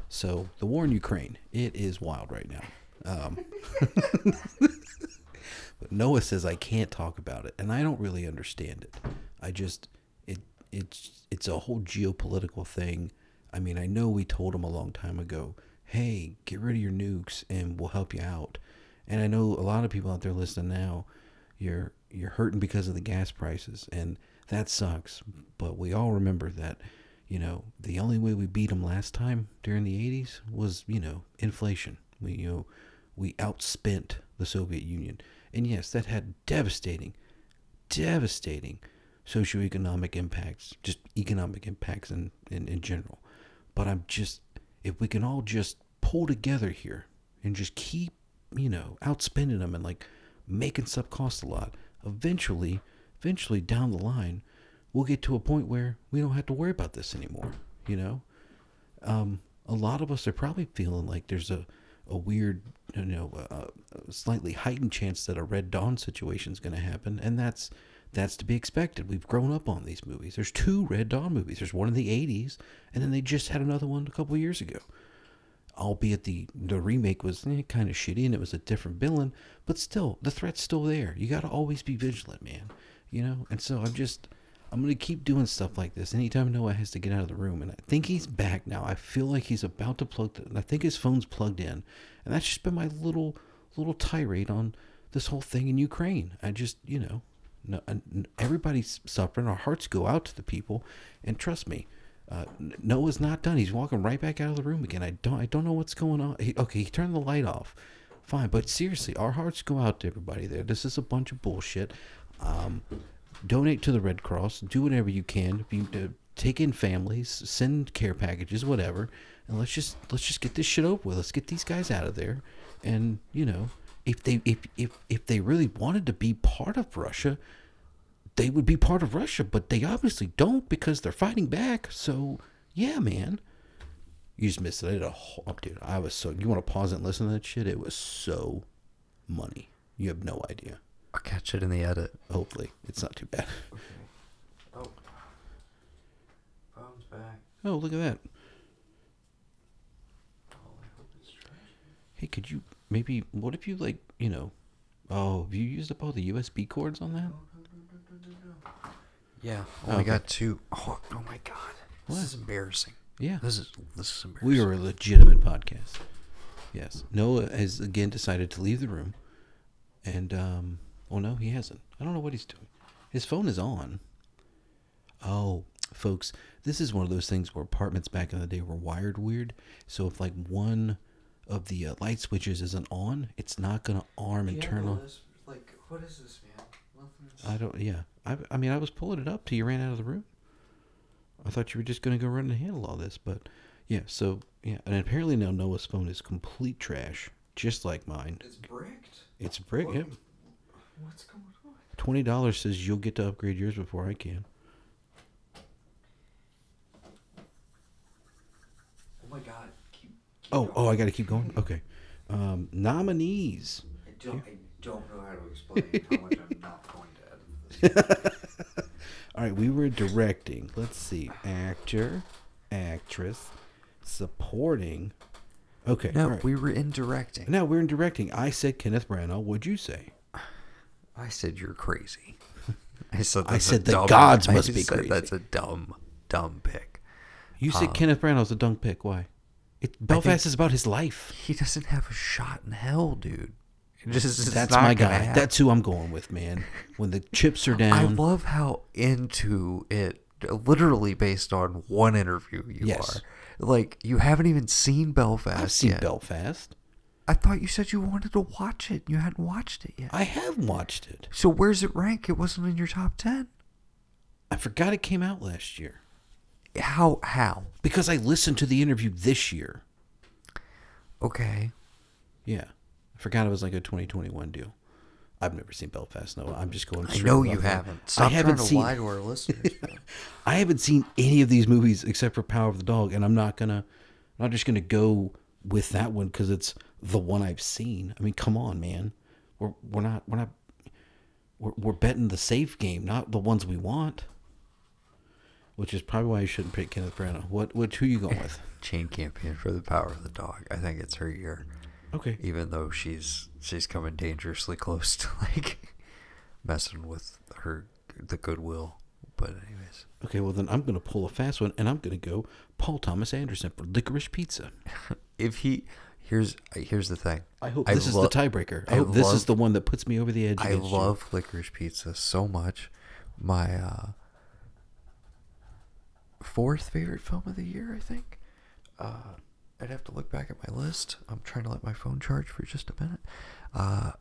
B: So the war in Ukraine, it is wild right now. Um, but Noah says I can't talk about it, and I don't really understand it. I just it it's it's a whole geopolitical thing. I mean, I know we told him a long time ago, hey, get rid of your nukes, and we'll help you out. And I know a lot of people out there listening now, you're you're hurting because of the gas prices, and that sucks. But we all remember that, you know, the only way we beat them last time during the '80s was, you know, inflation. We you know we outspent the Soviet Union. And yes, that had devastating, devastating socioeconomic impacts, just economic impacts in, in, in general. But I'm just, if we can all just pull together here and just keep, you know, outspending them and like making stuff cost a lot, eventually, eventually down the line, we'll get to a point where we don't have to worry about this anymore, you know? Um, a lot of us are probably feeling like there's a, a weird, you know, uh, slightly heightened chance that a Red Dawn situation is going to happen, and that's that's to be expected. We've grown up on these movies. There's two Red Dawn movies. There's one in the '80s, and then they just had another one a couple of years ago. Albeit the the remake was eh, kind of shitty, and it was a different villain, but still the threat's still there. You got to always be vigilant, man. You know, and so I'm just. I'm gonna keep doing stuff like this. Anytime Noah has to get out of the room, and I think he's back now. I feel like he's about to plug. The, I think his phone's plugged in, and that's just been my little little tirade on this whole thing in Ukraine. I just, you know, no, and everybody's suffering. Our hearts go out to the people, and trust me, uh, Noah's not done. He's walking right back out of the room again. I don't, I don't know what's going on. He, okay, he turned the light off. Fine, but seriously, our hearts go out to everybody there. This is a bunch of bullshit. Um, donate to the Red Cross. Do whatever you can. If you uh, take in families, send care packages, whatever, and let's just let's just get this shit over with. Let's get these guys out of there. And you know, if they if if if they really wanted to be part of Russia, they would be part of Russia. But they obviously don't because they're fighting back. So yeah, man. You just missed it. I did a whole, oh, dude. I was so. You want to pause and listen to that shit? It was so money. You have no idea.
A: I'll catch it in the edit.
B: Hopefully, it's not too bad.
A: Oh. Phone's back.
B: Oh, look at that. Hey, could you maybe? What if you like? You know, oh, have you used up all the USB cords on that?
A: Yeah.
B: Oh,
A: Only
B: okay.
A: got two. Oh, oh my god. This
B: What?
A: is embarrassing.
B: Yeah,
A: This is this is embarrassing.
B: we are a legitimate podcast. Yes, Noah has again decided to leave the room, and um, oh no, he hasn't. I don't know what he's doing. His phone is on. Oh, folks, this is one of those things where apartments back in the day were wired weird. So if like one of the uh, light switches isn't on, it's not gonna arm and turn on.
A: Like, what is this, man?
B: I don't. Yeah. I. I mean, I was pulling it up till you ran out of the room. I thought you were just gonna go run and handle all this, but yeah. So yeah, and apparently now Noah's phone is complete trash, just like mine.
A: It's bricked. Oh
B: It's a brick. Yep.
A: What's going on?
B: Twenty dollars says you'll get to upgrade yours before I can.
A: Oh my god. Keep, keep
B: Oh. Oh, I gotta keep going. Okay. Um, nominees.
A: I don't, I don't know how to explain how much I'm not going to edit this.
B: All right, we were directing. Let's see, actor, actress, supporting. Okay.
A: No,
B: all right.
A: we were indirecting.
B: now we're in directing. I said Kenneth Branagh. What'd you say?
A: I said you're crazy. I said
B: I
A: that's a
B: said the
A: dumb-
B: gods
A: I
B: must be
A: said That's
B: crazy.
A: a dumb, dumb pick.
B: You said Kenneth Branagh's a dunk pick. Why? It, Belfast is about his life.
A: He doesn't have a shot in hell, dude. It just- it's
B: That's
A: not
B: my
A: gonna
B: guy.
A: happen.
B: That's who I'm going with, man. When the chips are
A: I
B: down,
A: love how into it, literally based on one interview you
B: Yes.
A: are. Like you haven't even seen Belfast
B: I've seen
A: yet.
B: Belfast.
A: I thought you said you wanted to watch it. You hadn't watched it yet.
B: I have watched it.
A: so where's it rank? It wasn't in your top ten.
B: I forgot it came out last year
A: How? How?
B: because I listened to the interview this year.
A: Okay.
B: Yeah, I forgot it was like a 2021 deal. I've never seen Belfast. No, I'm just going.
A: I
B: straight
A: know
B: off
A: you
B: that.
A: haven't. Stop
B: I haven't
A: trying to
B: seen.
A: lie to our listeners. man.
B: I haven't seen any of these movies except for Power of the Dog, and I'm not gonna, I'm not just gonna go with that one because it's the one I've seen. I mean, come on, man, we're we're not we're not we're, we're betting the safe game, not the ones we want. Which is probably why you shouldn't pick Kenneth Branagh. What which who you going with?
A: Chain campaign for the power of the dog. I think it's her year.
B: Okay.
A: even though she's she's coming dangerously close to like messing with her the goodwill. But anyways,
B: Okay, well then I'm gonna pull a fast one and I'm gonna go Paul Thomas Anderson for licorice pizza.
A: if he here's here's the thing.
B: I hope this
A: lo-
B: is the tiebreaker. I,
A: I
B: hope this
A: love-
B: is the one that puts me over the edge.
A: I
B: against you.
A: love licorice pizza so much. My uh, fourth favorite film of the year, I think. Uh, I'd have to look back at my list. I'm trying to let my phone charge for just a minute. Uh,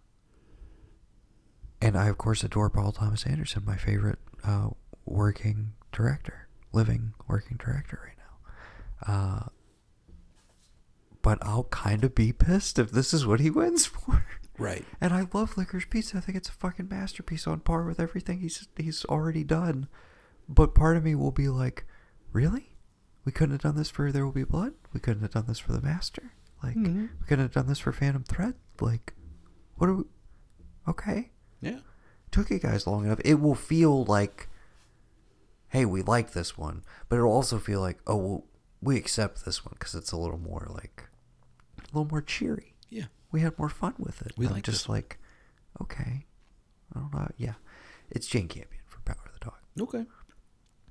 A: and I, of course, adore Paul Thomas Anderson, my favorite uh, working director, living working director right now. Uh, but I'll kind of be pissed if this is what he wins for.
B: Right.
A: And I love Licorice Pizza. I think it's a fucking masterpiece on par with everything he's he's already done. But part of me will be like, really? We couldn't have done this for There Will Be Blood. We couldn't have done this for The Master. Like
B: Mhm.
A: we couldn't have done this for Phantom Thread. Like, what are we? Okay,
B: Yeah.
A: took you guys long enough. It will feel like, hey, we like this one, but it'll also feel like, oh, well, we accept this one because it's a little more like, a little more cheery
B: Yeah.
A: we had more fun with it.
B: We
A: I'm
B: like
A: just
B: this
A: like, okay, I don't know. Yeah, it's Jane Campion for Power of the Dog.
B: Okay. All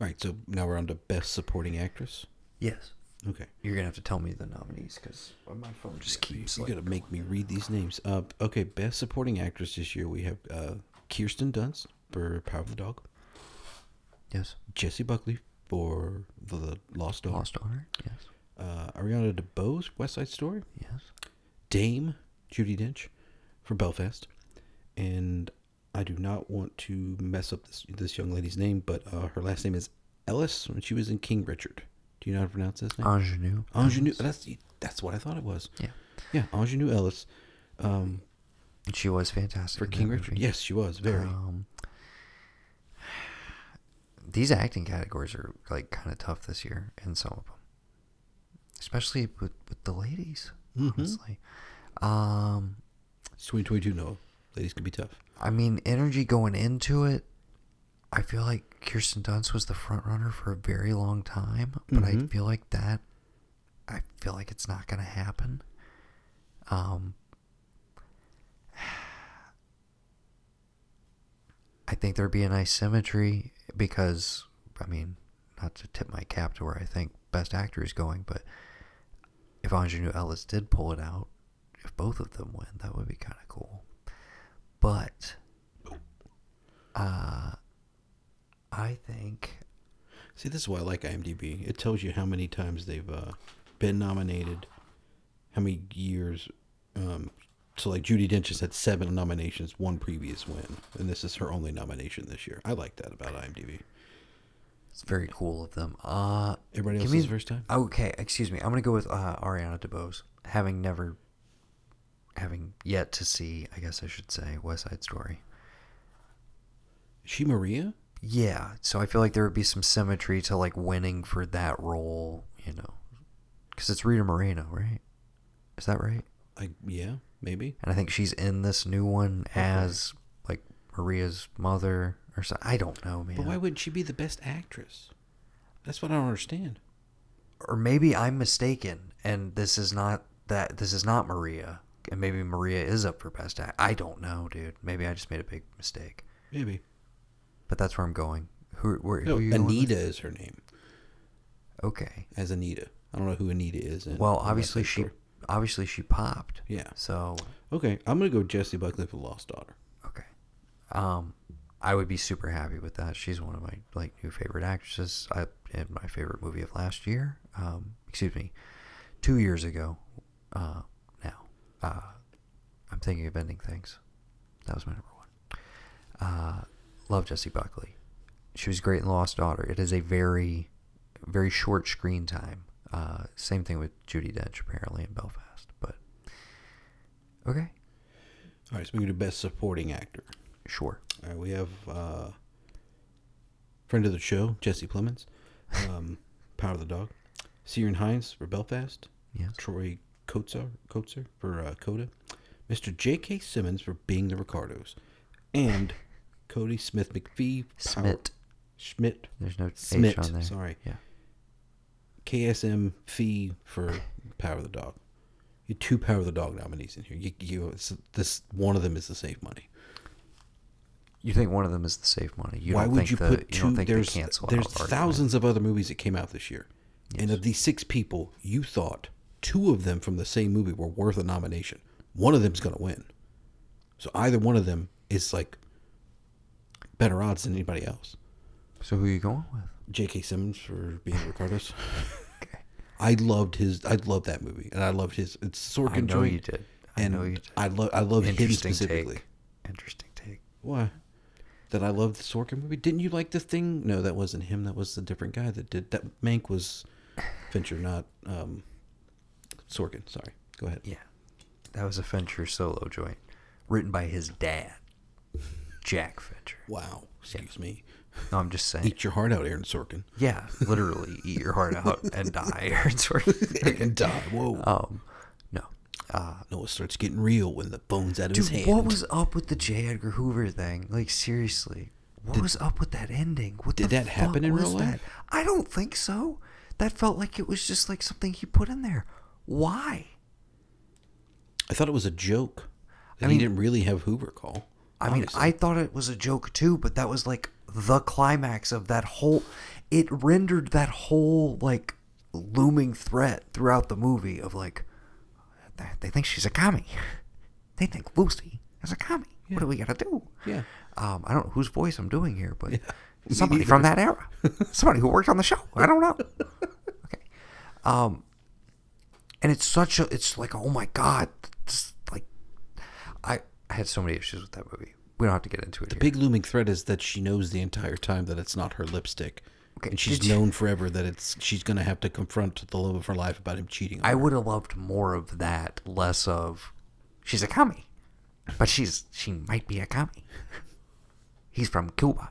B: right, so now we're on to best supporting actress.
A: Yes,
B: Okay.
A: you're gonna have to tell me the nominees because my phone just keeps
B: You
A: like.
B: gotta make me read these names. Uh, okay, best supporting actress this year we have uh, Kirsten Dunst for Power of the Dog,
A: Yes,
B: Jesse Buckley for The Lost Dog,
A: Lost Honor. Yes,
B: Uh, Ariana DeBose, West Side Story,
A: yes.
B: Dame Judy Dench for Belfast, and I do not want to mess up this this young lady's name, but uh, her last name is Ellis, and she was in King Richard. Do you know how to pronounce this name?
A: Ingenue.
B: Ingenue. That's that's what I thought it was.
A: Yeah,
B: Yeah, Ingenue Ellis. Um,
A: and she was fantastic
B: for
A: in that
B: King Richard.
A: movie.
B: Yes, she was very.
A: Um, these acting categories are like kind of tough this year in some of them, especially with, with the ladies.
B: Mhm.
A: Honestly, um,
B: It's 2022. No, ladies can be tough.
A: I mean, energy going into it, I feel like Kirsten Dunst was the front runner for a very long time, but I
B: Mhm.
A: feel like that, I feel like it's not going to happen. Um, I think there'd be a nice symmetry because, I mean, not to tip my cap to where I think Best Actor is going, but if Ingenue Ellis did pull it out, if both of them win, that would be kind of cool. But uh, I think
B: See, this is why I like IMDb. It tells you how many times they've uh, been nominated, how many years. Um, so, like Judy Dench has had seven nominations, one previous win, and this is her only nomination this year. I like that about IMDb.
A: it's very cool of them. Uh,
B: Everybody
A: give
B: else's
A: me-
B: first time.
A: Okay, excuse me. I'm gonna go with uh, Ariana DeBose, having never, having yet to see. I guess I should say West Side Story.
B: Is she Maria?
A: Yeah, so I feel like there would be some symmetry to like winning for that role, you know, because it's Rita Moreno, right? Is that right?
B: I yeah, maybe.
A: and I think she's in this new one as like Maria's mother or so. I don't know, man.
B: But why wouldn't she be the best actress? That's what I don't understand.
A: or maybe I'm mistaken, and this is not that. This is not Maria, and maybe Maria is up for best act. I don't know, dude. Maybe I just made a big mistake.
B: Maybe.
A: But that's where I'm going. Who? Where, who
B: No,
A: are you going with?
B: Anita is her name.
A: Okay.
B: As Anita. I don't know who Anita is. In
A: Well,
B: in West
A: obviously
B: Side
A: she,
B: Story.
A: obviously she popped.
B: Yeah.
A: So
B: Okay, I'm gonna go Jesse Buckley for Lost Daughter.
A: Okay. Um, I would be super happy with that. She's one of my like new favorite actresses. I in my favorite movie of last year. Um, excuse me, two years ago. Uh, now, uh, I'm thinking of ending things. That was my number one. Uh, love Jessie Buckley. She was great in Lost Daughter. It is a very, very short screen time. Uh, same thing with Judy Dench apparently in Belfast. But okay,
B: All right, so we do best supporting actor.
A: sure.
B: All right, we have uh, friend of the show Jesse Plemons, um, Power of the Dog, Ciaran Hines for Belfast,
A: Yes.
B: Troy Kotzer, Kotzer for uh, Coda, Mr. J.K. Simmons for Being the Ricardos, and Cody Smith McPhee Power-
A: Smit.
B: Schmidt
A: There's no H
B: Smit,
A: on there.
B: sorry.
A: Yeah.
B: KSM Fee for Power of the Dog. You have two Power of the Dog nominees in here. You, you it's, this one of them is the Save Money.
A: You think one of them is the safe money? You
B: Why
A: don't
B: would
A: think
B: you
A: the,
B: put
A: you
B: two?
A: don't think
B: there's
A: they cancel
B: there's
A: out Arc Light?
B: thousands of other movies that came out this year, and of these six people, you thought two of them from the same movie were worth a nomination. One of them's going to win. So either one of them is like better odds than anybody else.
A: So who are you going with?
B: J.K. Simmons for being Ricardo's.
A: Okay.
B: I loved his. I loved that movie, and I loved his. It's Sorkin
A: I know
B: joint,
A: you did. I
B: and
A: know you did.
B: I love. I love him
A: Interesting
B: specifically.
A: take. Interesting take.
B: Why? That I love the Sorkin movie. Didn't you like the thing? No, that wasn't him. That was a different guy that did that. Mank was Fincher, not um, Sorkin. Sorry. Go ahead.
A: Yeah. That was a Fincher solo joint written by his dad, Jack Fincher.
B: Wow. Excuse me.
A: No, I'm just saying.
B: Eat your heart out, Aaron Sorkin.
A: Yeah, literally eat your heart out and die. Aaron Sorkin.
B: and die. Whoa.
A: um, no. Uh,
B: Noah starts getting real when the bone's out of his
A: dude,
B: hand.
A: what was up with the J. Edgar Hoover thing? Like, seriously. What was up with that ending? What
B: did
A: the
B: that happen
A: fuck
B: in
A: was
B: real life?
A: that? I don't think so. That felt like it was just like something he put in there. Why?
B: I thought it was a joke.
A: I
B: I mean,
A: mean-
B: he didn't really have Hoover call. Um,
A: I mean,
B: obviously.
A: I thought it was a joke too, but that was like the climax of that whole. It rendered that whole like looming threat throughout the movie of like, "They- they think she's a commie. They think Lucy is a commie. What do we gotta do?
B: Yeah.
A: Um, I don't know whose voice I'm doing here, but
B: me
A: somebody
B: neither.
A: from that era, somebody who worked on the show. I don't know. Okay. Um, and it's such a. It's like, oh my god, it's like I, I had so many issues with that movie. We don't have to get into it.
B: The
A: here.
B: big looming threat is that she knows the entire time that it's not her lipstick.
A: Okay,
B: and she's
A: did you-
B: known forever that it's she's gonna have to confront the love of her life about him cheating. On
A: I
B: her.
A: would have loved more of that, less of she's a commie, but she's she might be a commie. He's from Cuba.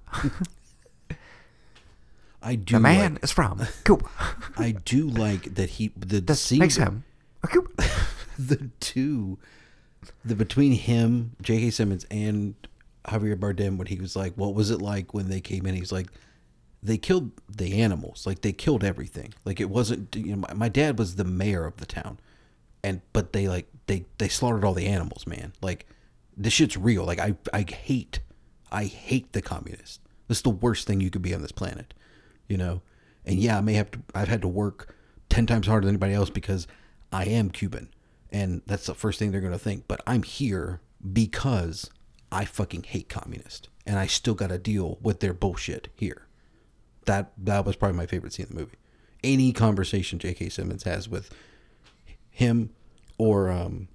B: I do.
A: The man
B: Like,
A: is from Cuba.
B: I do like that he the
A: This
B: scene
A: makes him a Cuban.
B: the two the between him J.K. Simmons and Javier Bardem when he was like, what was it like when they came in? He's like, they killed the animals, like they killed everything. Like it wasn't. You know, my, my dad was the mayor of the town, and but they like they they slaughtered all the animals, man. Like this shit's real. Like I I hate I hate the communists. This is the worst thing you could be on this planet, you know. And yeah, I may have to. I've had to work ten times harder than anybody else because I am Cuban, and that's the first thing they're gonna think. But I'm here because I fucking hate communists, and I still got to deal with their bullshit here that that was probably my favorite scene in the movie. Any conversation J.K. Simmons has with him or um,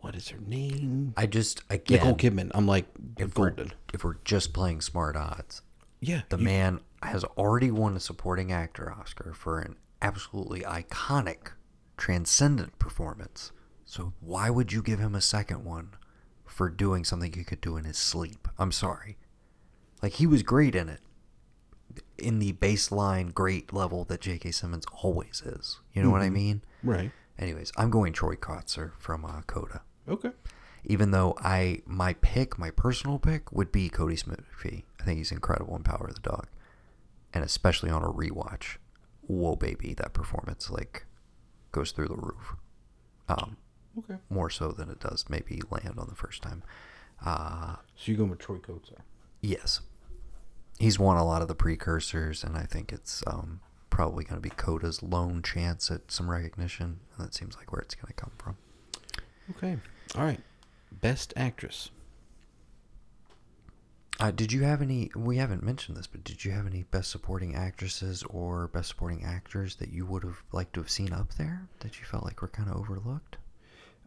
B: what is her name?
A: I just again,
B: Nicole Kidman. I'm like you're
A: if we're,
B: golden.
A: if we're just playing smart odds,
B: Yeah,
A: the
B: you-
A: man has already won a supporting actor Oscar for an absolutely iconic, transcendent performance. So why would you give him a second one for doing something he could do in his sleep? I'm sorry. Like he was great in it. In the baseline great level that J.K. Simmons always is. You know what I mean?
B: right.
A: Anyways, I'm going Troy Kotzer from uh, Coda
B: Okay.
A: even though I my pick, my personal pick would be Cody Smith McPhee. I think he's incredible in Power of the Dog, and especially on a rewatch. Whoa, baby, that performance like goes through the roof. Um,
B: Okay.
A: more so than it does maybe land on the first time. Uh,
B: So you going with Troy Kotzer?
A: yes, he's won a lot of the precursors, and I think it's um, probably going to be Coda's lone chance at some recognition. And that seems like where it's going to come from.
B: Okay. All right. Best actress.
A: Uh, did you have any? We haven't mentioned this, but did you have any best supporting actresses or best supporting actors that you would have liked to have seen up there that you felt like were kind of overlooked?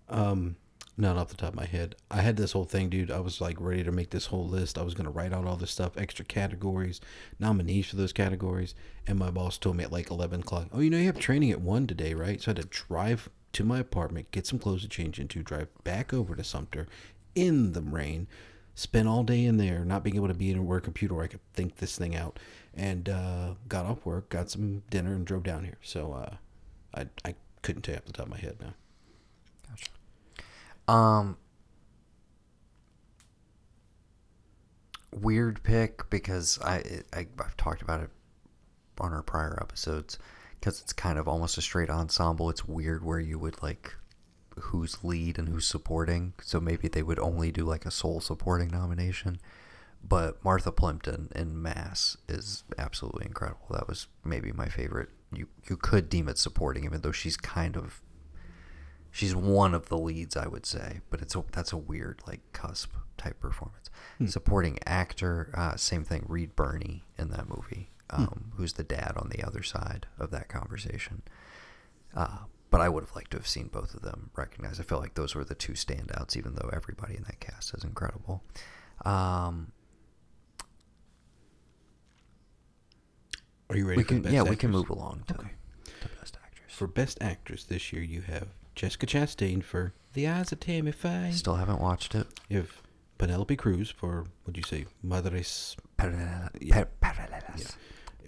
B: Um, not off the top of my head. I had this whole thing, dude. I was like ready to make this whole list. I was gonna write out all this stuff, extra categories, nominees for those categories. And my boss told me at like eleven o'clock, "Oh, you know, you have training at one today, right?" So I had to drive to my apartment, get some clothes to change into, drive back over to Sumter in the rain, spent all day in there, not being able to be in a work computer where I could think this thing out, and uh, got off work, got some dinner, and drove down here. So uh, I I couldn't tell you off the top of my head now.
A: Gotcha. Um, weird pick because I, I I've talked about it on our prior episodes. because it's kind of almost a straight ensemble. It's weird where you would like who's lead and who's supporting. So maybe they would only do like a sole supporting nomination. But Martha Plimpton in Mass is absolutely incredible. That was maybe my favorite. You you could deem it supporting, even though she's kind of she's one of the leads, I would say. But it's a, that's a weird like cusp type performance.
B: Hmm.
A: Supporting actor, uh, same thing. Reed Burney in that movie,
B: Hmm.
A: um, who's the dad on the other side of that conversation. Uh, but I would have liked to have seen both of them recognized. I feel like those were the two standouts, even though everybody in that cast is incredible. Um,
B: Are you ready?
A: we
B: for
A: can,
B: best
A: yeah, we can
B: actress?
A: move along to,
B: Okay.
A: to best actress.
B: For best actress this year, you have Jessica Chastain for The Eyes of Tammy Faye.
A: Still haven't watched it.
B: You have Penelope Cruz for what'd you say, Madres?
A: Parallel-
B: Yeah.
A: par- Parallels.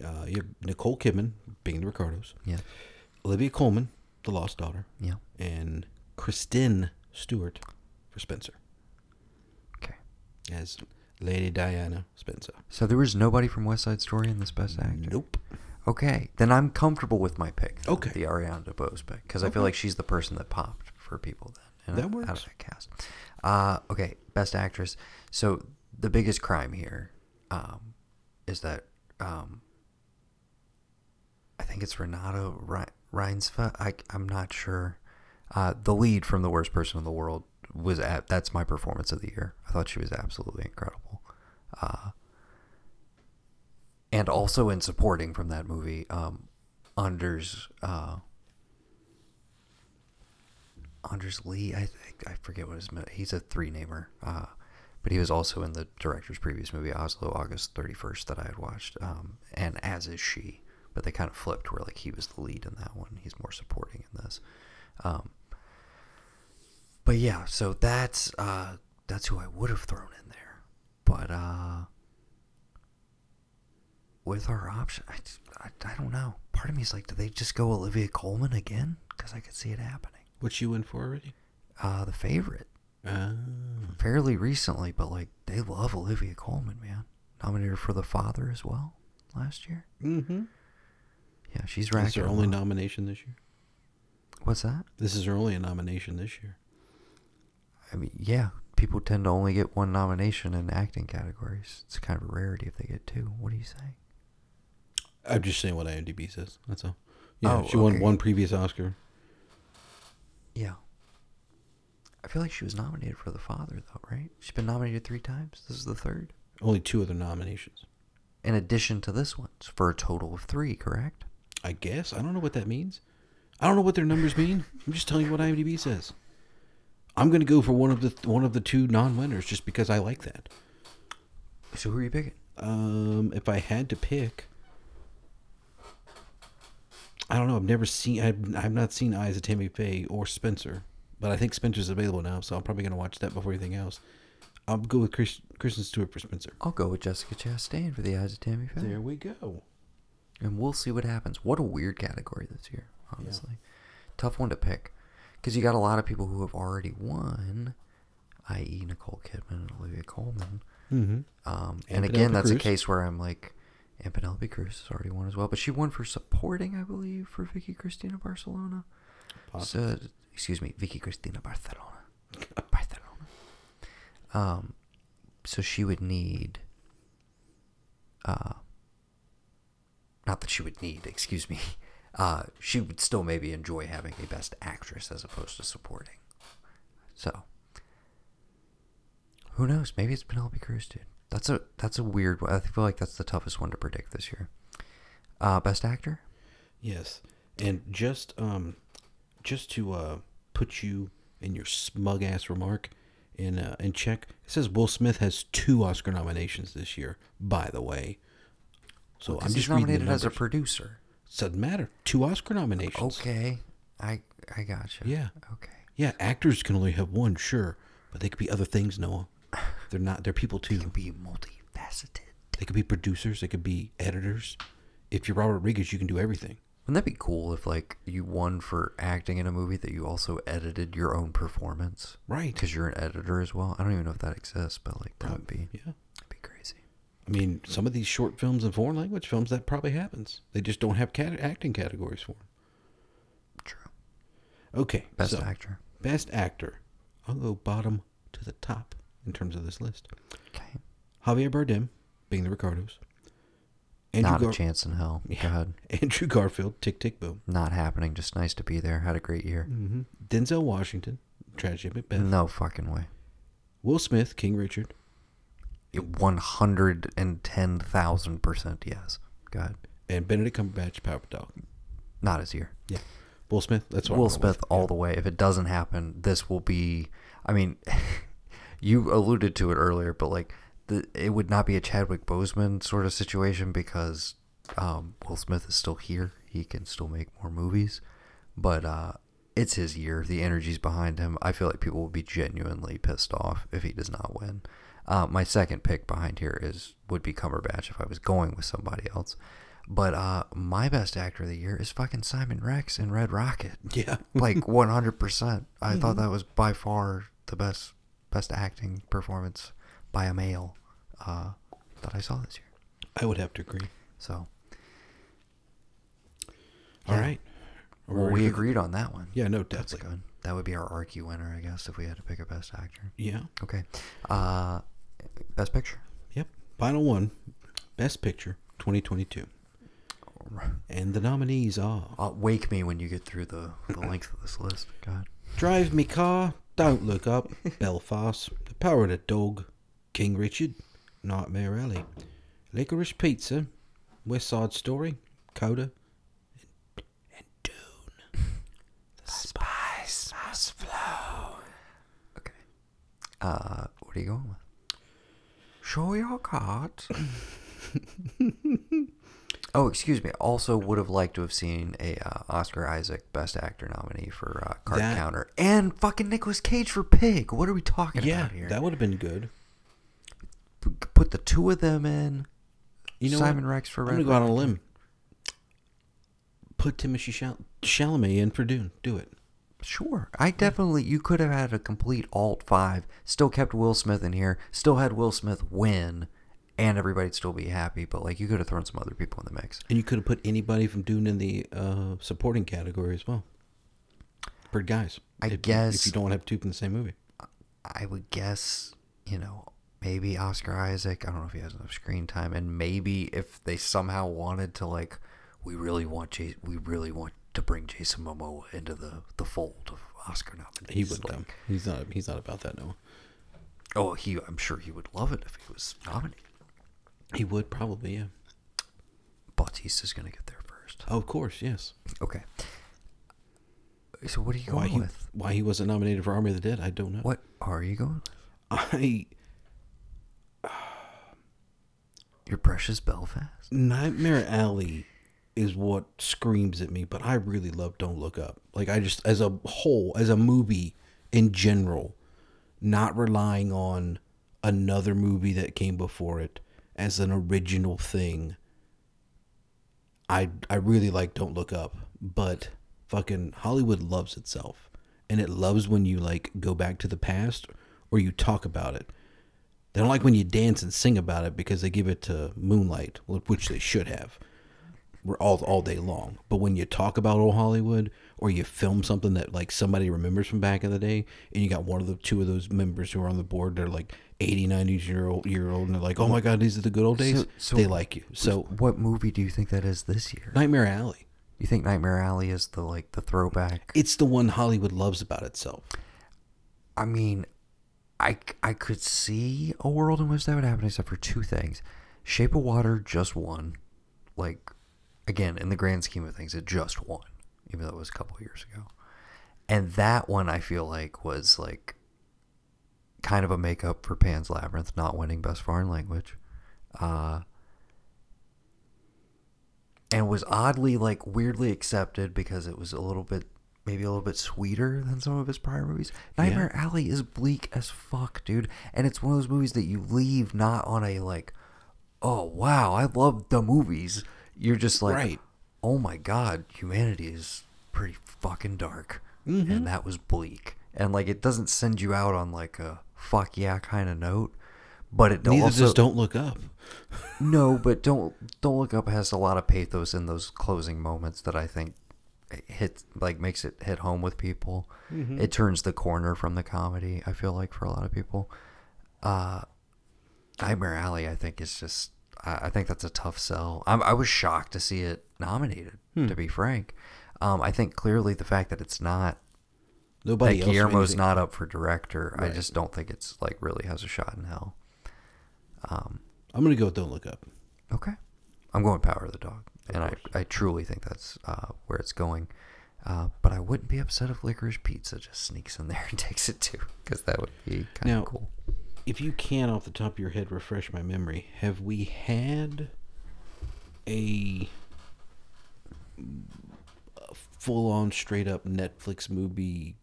B: Uh, you have Nicole Kidman being the Ricardos.
A: Yeah.
B: Olivia Coleman, the Lost Daughter,
A: Yeah.
B: and Kristen Stewart for Spencer
A: Okay.
B: as Lady Diana Spencer.
A: So there was nobody from West Side Story in this best actor.
B: Nope.
A: Okay, then I'm comfortable with my pick. then,
B: Okay.
A: the Ariana DeBose pick because I feel like she's the person that popped for people then.
B: That
A: out- Out
B: works.
A: of that cast. Uh, okay, best actress. So the biggest crime here um, is that um, I think it's Renata Re- Reinsva. I I'm not sure. Uh, the lead from The Worst Person in the World was at. That's my performance of the year. I thought she was absolutely incredible. Uh, and also in supporting from that movie, um, Anders uh, Anders Lee. I think I forget what his mi- he's a three namer, uh, but he was also in the director's previous movie Oslo, August thirty first that I had watched, um, and as is she. But they kind of flipped where like he was the lead in that one. He's more supporting in this. Um, but yeah, so that's uh, that's who I would have thrown in there, but. Uh, with our option, I, just- I, I don't know. Part of me is like, do they just go Olivia Coleman again? Because I could see it happening.
B: What she win for already?
A: Uh, the favorite,
B: Uh,
A: fairly recently, but like they love Olivia Coleman, man. Nominated her for the father as well last year.
B: mm-hmm.
A: Yeah, she's
B: That's
A: racking.
B: her
A: them
B: only
A: up.
B: nomination this year.
A: What's that?
B: This is her only nomination this year.
A: I mean, yeah, people tend to only get one nomination in acting categories. It's kind of a rarity if they get two. What do you say?
B: I'm just saying what IMDb says. That's all. Yeah,
A: Oh,
B: she won
A: okay.
B: one previous Oscar.
A: Yeah. I feel like she was nominated for the father though, right? She's been nominated three times. This is the third.
B: Only two other nominations.
A: in addition to this one it's for a total of three, correct?
B: I guess. I don't know what that means. I don't know what their numbers mean. I'm just telling you what IMDb says. I'm going to go for one of the one of the two non-winners just because I like that.
A: So who are you picking?
B: Um, if I had to pick, I don't know. I've never seen. I've, I've not seen Eyes of Tammy Faye or Spencer, but I think Spencer's available now, so I'm probably going to watch that before anything else. I'll go with Chris, Kristen Stewart for Spencer.
A: I'll go with Jessica Chastain for the Eyes of Tammy Faye,
B: we go.
A: and we'll see what happens. What a weird category this year, honestly. Tough one to pick because you got a lot of people who have already won, i.e., Nicole Kidman and Olivia Colman.
B: Mm-hmm.
A: Um,
B: And
A: and again,
B: Penelope
A: that's
B: Cruz.
A: a case where I'm like, and Penelope Cruz has already won as well, but she won for supporting, I believe, for Vicky Cristina Barcelona. So, excuse me, Vicky Cristina Barcelona. Barcelona. Um, so she would need, uh, not that she would need, excuse me, uh, she would still maybe enjoy having a best actress as opposed to supporting. So, who knows? Maybe it's Penelope Cruz, dude. That's a that's a weird one. I feel like that's the toughest one to predict this year. Uh, best actor?
B: Yes, and just um, just to uh, put you in your smug ass remark in uh, in check, it says Will Smith has two Oscar nominations this year. By the way, so I'm
A: 'Cause he's
B: just reading the
A: nominated as a
B: numbers.
A: producer.
B: Doesn't matter. Two Oscar nominations.
A: Okay, I I gotcha.
B: Yeah.
A: Okay.
B: Yeah, actors can only have one, sure, but they could be other things, Noah. They're not. They're people
A: You can
B: too.
A: be multifaceted.
B: They could be producers. They could be editors. If you're Robert Rodriguez, you can do everything.
A: Wouldn't that be cool if like you won for acting in a movie that you also edited your own performance
B: Right.
A: because you're an editor as well? I don't even know if that exists, but like that would be
B: Yeah.
A: that'd be crazy.
B: I mean, some of these short films and foreign language films, that probably happens. They just don't have cat- acting categories for them.
A: True.
B: Okay.
A: Best
B: so,
A: actor.
B: Best actor. I'll go bottom to the top in terms of this list.
A: Okay.
B: Javier Bardem, being the Ricardos. Andrew,
A: Not a
B: Gar-
A: chance in hell. Go ahead.
B: Andrew Garfield, Tick Tick Boom.
A: Not happening. Just nice to be there. Had a great year.
B: Mm-hmm. Denzel Washington, Tragedy of Macbeth.
A: No fucking way.
B: Will Smith, King Richard.
A: One hundred and ten thousand percent yes. Go ahead.
B: And Benedict Cumberbatch, Power of the Dog.
A: Not his year.
B: Yeah. Will Smith, that's what
A: Will
B: I'm going with.
A: Smith all the way. If it doesn't happen, this will be. I mean, you alluded to it earlier, but like, the, it would not be a Chadwick Boseman sort of situation because um, Will Smith is still here. He can still make more movies, but uh, it's his year. The energy's behind him. I feel like people will be genuinely pissed off if he does not win. Uh, my second pick behind here is would be Cumberbatch if I was going with somebody else. But uh, my best actor of the year is fucking Simon Rex in Red Rocket
B: Yeah.
A: like 100%. I thought that was by far the best best acting performance by a male uh, that I saw this year.
B: I would have to agree.
A: So
B: All
A: Yeah.
B: right. Are
A: well,
B: ready
A: we
B: for-
A: agreed on that one.
B: Yeah, no,
A: that's
B: definitely.
A: good. That would be our Archie winner, I guess, if we had to pick a best actor.
B: Yeah.
A: Okay, uh, best picture.
B: Yep. Final one. Best Picture 2022. And the nominees are
A: Uh, wake me when you get through the, the length of this list. God,
B: Drive Me Car, Don't Look Up, Belfast, The Power of the Dog, King Richard, Nightmare Alley, Licorice Pizza, West Side Story, Coda, and, and Dune. The Spice Must Flow.
A: Okay. Uh, what are you going with? Show your card. oh, excuse me. Also, would have liked to have seen a uh, Oscar Isaac Best Actor nominee for uh, Card
B: That-
A: Counter and fucking Nicolas Cage for Pig. What are we talking
B: Yeah,
A: about here?
B: that would have been good.
A: P- Put the two of them in.
B: You know
A: Simon
B: what?
A: Rex for
B: I'm gonna
A: Red
B: go out on a limb. Put Timothy Chal- Chalamet in for Dune. Do it.
A: Sure. I definitely, you could have had a complete alt five, still kept Will Smith in here, still had Will Smith win, and everybody'd still be happy, but like you could have thrown some other people in the mix.
B: And you could have put anybody from Dune in the uh, supporting category as well. For guys,
A: I
B: if, you- if
A: guess-
B: you don't want to have two from the same movie,
A: I would guess, you know, maybe Oscar Isaac. I don't know if he has enough screen time, and maybe if they somehow wanted to, like, we really want Jas we really want to bring Jason Momoa into the the fold of Oscar nominees.
B: he would.
A: like,
B: um, he's not. He's not about that. No,
A: Oh, he. I'm sure he would love it if he was nominated.
B: he would probably. Yeah.
A: Bautista's gonna get there first.
B: Oh, of course. Yes.
A: Okay. So what are you going
B: Why he,
A: with?
B: why he wasn't nominated for Army of the Dead, I don't know.
A: What are you going? with?
B: I
A: Your precious Belfast.
B: Nightmare Alley is what screams at me, but I really love Don't Look Up. Like I just as a whole, as a movie in general, not relying on another movie that came before it as an original thing. I I really like Don't Look Up, but fucking Hollywood loves itself. And it loves when you like go back to the past or you talk about it. They don't like when you dance and sing about it because they give it to Moonlight, which they should have. We're all all day long. But when you talk about old Hollywood or you film something that like somebody remembers from back in the day, and you got one of the two of those members who are on the board, they're like 80, 90 year old year old, and they're like, oh my god, these are the good old days.
A: So- so-
B: they like you. So
A: What movie do you think that is this year?
B: Nightmare Alley.
A: You think Nightmare Alley is the like the throwback?
B: It's the one Hollywood loves about itself.
A: I mean, I, I could see a world in which that would happen, except for two things. Shape of Water just won. Like, again, in the grand scheme of things, it just won, even though it was a couple of years ago. And that one, I feel like, was like kind of a makeup for Pan's Labyrinth not winning Best Foreign Language. Uh, and was oddly like weirdly accepted because it was a little bit maybe a little bit sweeter than some of his prior movies. Nightmare Alley is bleak as fuck, dude, and it's one of those movies that you leave not on a like, oh wow, I love the movies. You're just like,
B: Right.
A: oh my god, humanity is pretty fucking dark,
B: Mm-hmm.
A: and that was bleak, and like it doesn't send you out on like a fuck yeah kind of note, But it
B: Neither
A: also
B: just don't look up.
A: no, but don't don't look up has a lot of pathos in those closing moments that I think hits like makes it hit home with people. It turns the corner from the comedy. I feel like for a lot of people, uh, Nightmare Alley. I think is just I, I think that's a tough sell. I'm, I was shocked to see it nominated. To be frank, um, I think clearly the fact that it's not
B: Nobody
A: that
B: else.
A: Guillermo's
B: anything.
A: not up for director. I just don't think it's like really has a shot in hell.
B: I'm gonna go. with Don't look up.
A: Okay. I'm going Power of the Dog. and I, I truly think that's uh, where it's going. Uh, but I wouldn't be upset if Licorice Pizza just sneaks in there and takes it too, because that would be kind
B: Now-
A: of cool.
B: If you can, off the top of your head, refresh my memory. Have we had a full on, straight up Netflix movie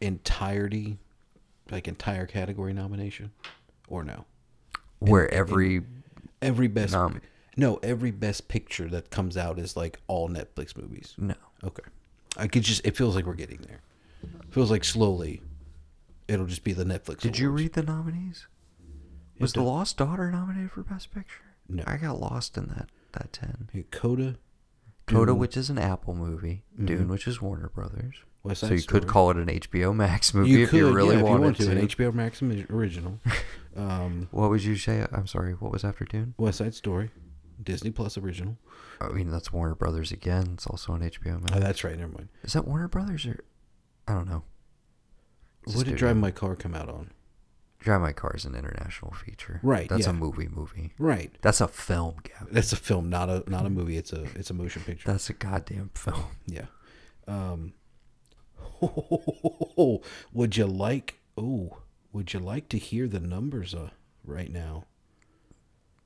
B: entirety, like entire category nomination, or no?
A: Where every
B: Every best
A: Nom-
B: no, every best picture that comes out is like all Netflix movies.
A: no,
B: Okay, I could just. It feels like we're getting there. feels like slowly, it'll just be the Netflix.
A: did you
B: awards.
A: read the nominees? Was The
B: did.
A: Lost Daughter nominated for Best Picture?
B: No.
A: I got lost in that that ten.
B: Yeah, Coda,
A: Coda, which is an Apple movie, Dune, which is Warner Brothers.
B: West
A: So
B: Mm-hmm. Side
A: you could
B: Story.
A: call it an HBO Max movie
B: You
A: if
B: could
A: you really
B: yeah, if
A: wanted
B: you want to,
A: to.
B: an HBO Max imi- original. um,
A: What would you say? I'm sorry. What was after Dune?
B: West Side Story, Disney Plus original.
A: I mean, that's Warner Brothers again. It's also on HBO
B: Oh,
A: Max.
B: that's right. Never mind.
A: Is that Warner Brothers or I don't know. It's a
B: What did
A: studio.
B: Drive My Car come out on?
A: Drive My Car is an international feature.
B: Right,
A: That's a
B: yeah.
A: movie movie.
B: Right.
A: That's a film, Gavin.
B: That's a film, not a not a movie. It's a it's a motion picture.
A: That's a goddamn film.
B: Yeah. Um, would you like? Oh, would you like to hear the numbers uh, right now?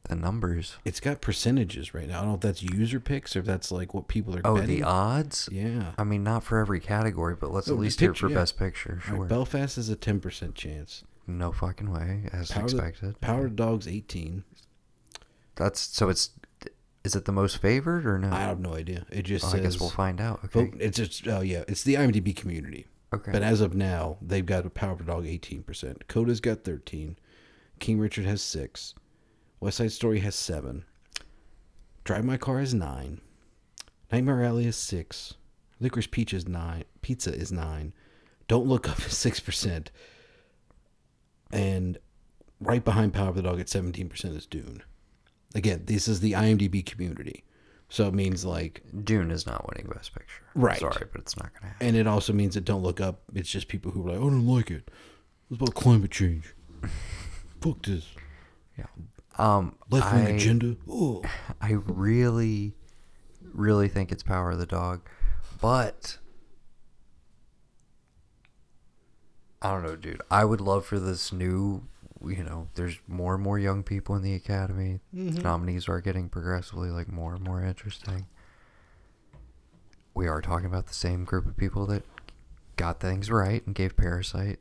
A: The numbers.
B: It's got percentages right now. I don't know if that's user picks or if that's like what people are
A: Oh,
B: betting.
A: the odds?
B: yeah.
A: I mean, not for every category, but let's
B: No,
A: at
B: the
A: least hear
B: picture,
A: for
B: yeah.
A: Best Picture.
B: All right,
A: Sure.
B: Belfast is a ten percent chance.
A: no fucking way, as
B: Power, of the-
A: expected.
B: Power of the Dogs eighteen.
A: That's so. It's is it the most favored or no?
B: I have no idea. It just
A: Oh. Well, I
B: says.
A: guess we'll find out. Okay.
B: vote- It's just oh yeah, it's the IMDb community.
A: Okay.
B: But as of now, they've got a Power of the Dog 18%. Coda's got 13. King Richard has 6. West Side Story has 7. Drive My Car is 9. Nightmare Alley is 6. Licorice Peach is 9. Pizza is 9. Don't Look Up is 6%. And right behind Power of the Dog at 17% is Dune. Again, this is the IMDb community. So it means like
A: Dune is not winning Best Picture.
B: Right.
A: Sorry, but it's not gonna happen.
B: and it also means that don't look up. It's just people who are like, "Oh, I don't like it. It's about climate change. Fuck this.
A: Um,
B: Left wing
A: I-
B: agenda. Oh.
A: I really, really think it's Power of the Dog, but I don't know, dude. I would love for this new, you know, there's more and more young people in the academy. Nominees are getting progressively like more and more interesting. We are talking about the same group of people that got things right and gave Parasite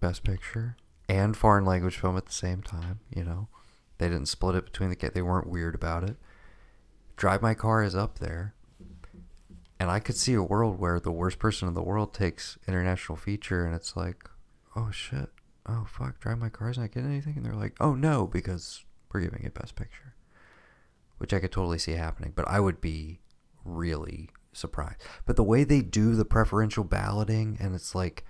A: Best Picture and foreign language film at the same time. You know, they didn't split it between the ca- they weren't weird about it. Drive My Car is up there, and I could see a world where the worst person in the world takes international feature, and it's like, oh shit, oh fuck, Drive My Car's not getting anything, and they're like, oh no, because we're giving it Best Picture, which I could totally see happening, but I would be really surprised. But the way they do the preferential balloting, and it's like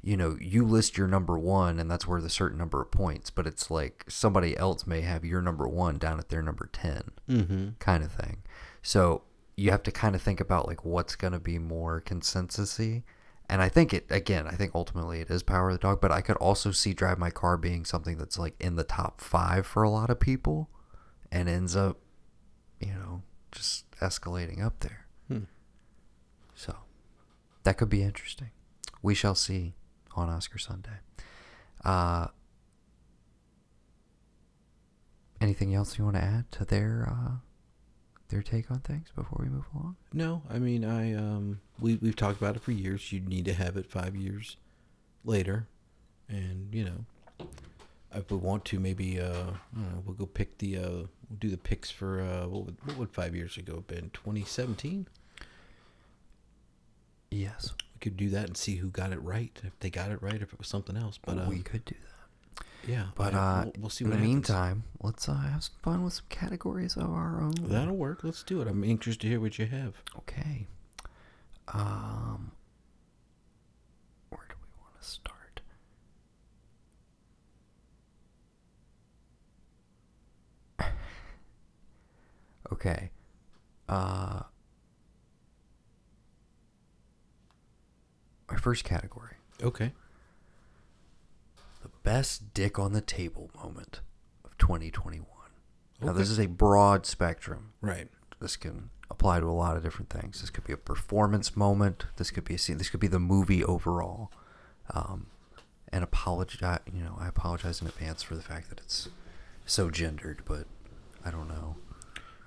A: you know, you list your number one and that's worth a certain number of points, but it's like somebody else may have your number one down at their number 10
B: Mm-hmm.
A: kind of thing. So you have to kind of think about like what's going to be more consensusy. And I think it, again, I think ultimately it is Power of the Dog, but I could also see Drive My Car being something that's like in the top five for a lot of people and ends up, you know, just escalating up there.
B: Hmm.
A: So that could be interesting. We shall see on Oscar Sunday. Uh, anything else you want to add to their uh, their take on things before we move along?
B: No, I mean, I um, we we've talked about it for years. You need to have it five years later, and you know, if we want to, maybe uh, I don't know, we'll go pick the uh, we'll do the picks for uh, what would, what would five years ago have been? Twenty seventeen.
A: Yes,
B: We could do that and see who got it right. If they got it right, if it was something else, but um,
A: we could do that.
B: Yeah.
A: But
B: yeah,
A: uh,
B: we'll, we'll see
A: in
B: what
A: the
B: happens.
A: meantime, let's uh, have some fun with some categories of our own.
B: That'll work. Let's do it. I'm anxious to hear what you have.
A: Okay. Um, where do we want to start? okay. Uh, our first category
B: Okay.
A: the best dick on the table moment of 2021. Now, this is a broad spectrum.
B: Right.
A: this can apply to a lot of different things. This could be a performance moment. This could be a scene. This could be the movie overall. Um, and apologize, you know, I apologize in advance for the fact that it's so gendered, but I don't know.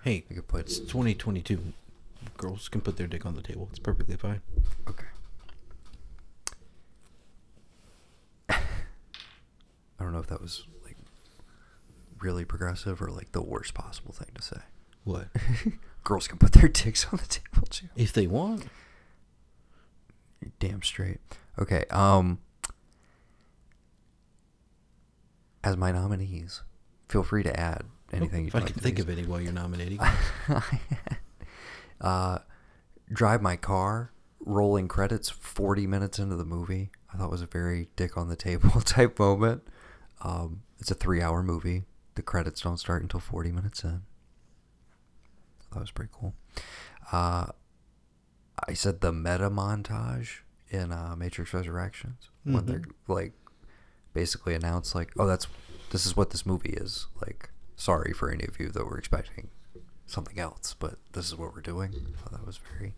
B: Hey,
A: I could put
B: it's 2022. Girls can put their dick on the table. It's perfectly fine.
A: okay. I don't know if that was like really progressive or like the worst possible thing to say.
B: What?
A: Girls can put their dicks on the table too.
B: if they want.
A: You're damn straight. Okay. Um, as my nominees, feel free to add anything
B: Oh, if
A: you'd
B: I
A: like
B: can
A: to
B: think
A: these.
B: of any while you're nominating.
A: uh, drive my car. Rolling credits, forty minutes into the movie, I thought was a very dick on the table type moment. Um, it's a three-hour movie. The credits don't start until forty minutes in. That was pretty cool. Uh, I said the meta montage in uh, Matrix Resurrections when they're like basically announced like, oh, that's this is what this movie is. Like, sorry for any of you that were expecting something else, but this is what we're doing. So that was very.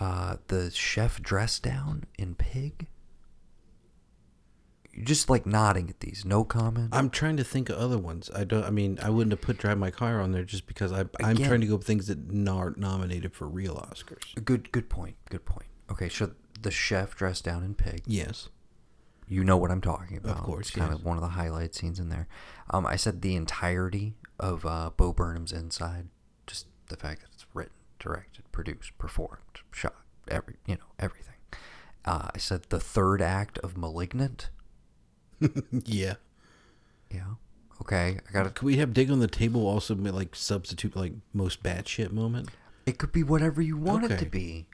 A: Uh, the chef dress down in pig. You're just like nodding at these, no comment.
B: I'm trying to think of other ones. I don't. I mean, I wouldn't have put "Drive My Car" on there just because I, I'm
A: Again-
B: trying to go with things that are nominated for real Oscars.
A: Good, good point. Good point. Okay, so the chef dressed down in pig.
B: Yes.
A: You know what I'm talking about.
B: course,
A: kind
B: yes.
A: of one of the highlight scenes in there. Um, I said the entirety of uh, Bo Burnham's Inside, just the fact that it's written, directed, produced, performed, shot, every you know everything. Uh, I said the third act of *Malignant*.
B: yeah.
A: Yeah. Okay, I got to
B: Could we have "Dig on the Table" also be, like substitute like most bad shit moment?
A: It could be whatever you want it to
B: Okay.
A: be.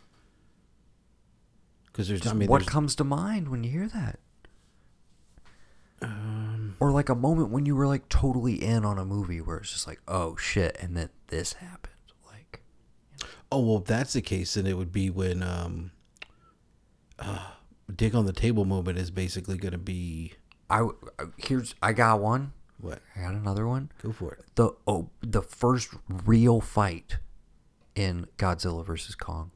B: Because there's.
A: Just
B: I mean,
A: what
B: there's,
A: comes to mind when you hear that? Um, or like a moment when you were like totally in on a movie where it's just like, oh shit, and then this happened. Like,
B: oh well, if that's the case, then it would be when um, uh, "Dig on the Table" moment is basically going to be
A: I w- uh, here's I got one.
B: what?
A: I got another one.
B: Go for it.
A: The oh, the first real fight in Godzilla versus Kong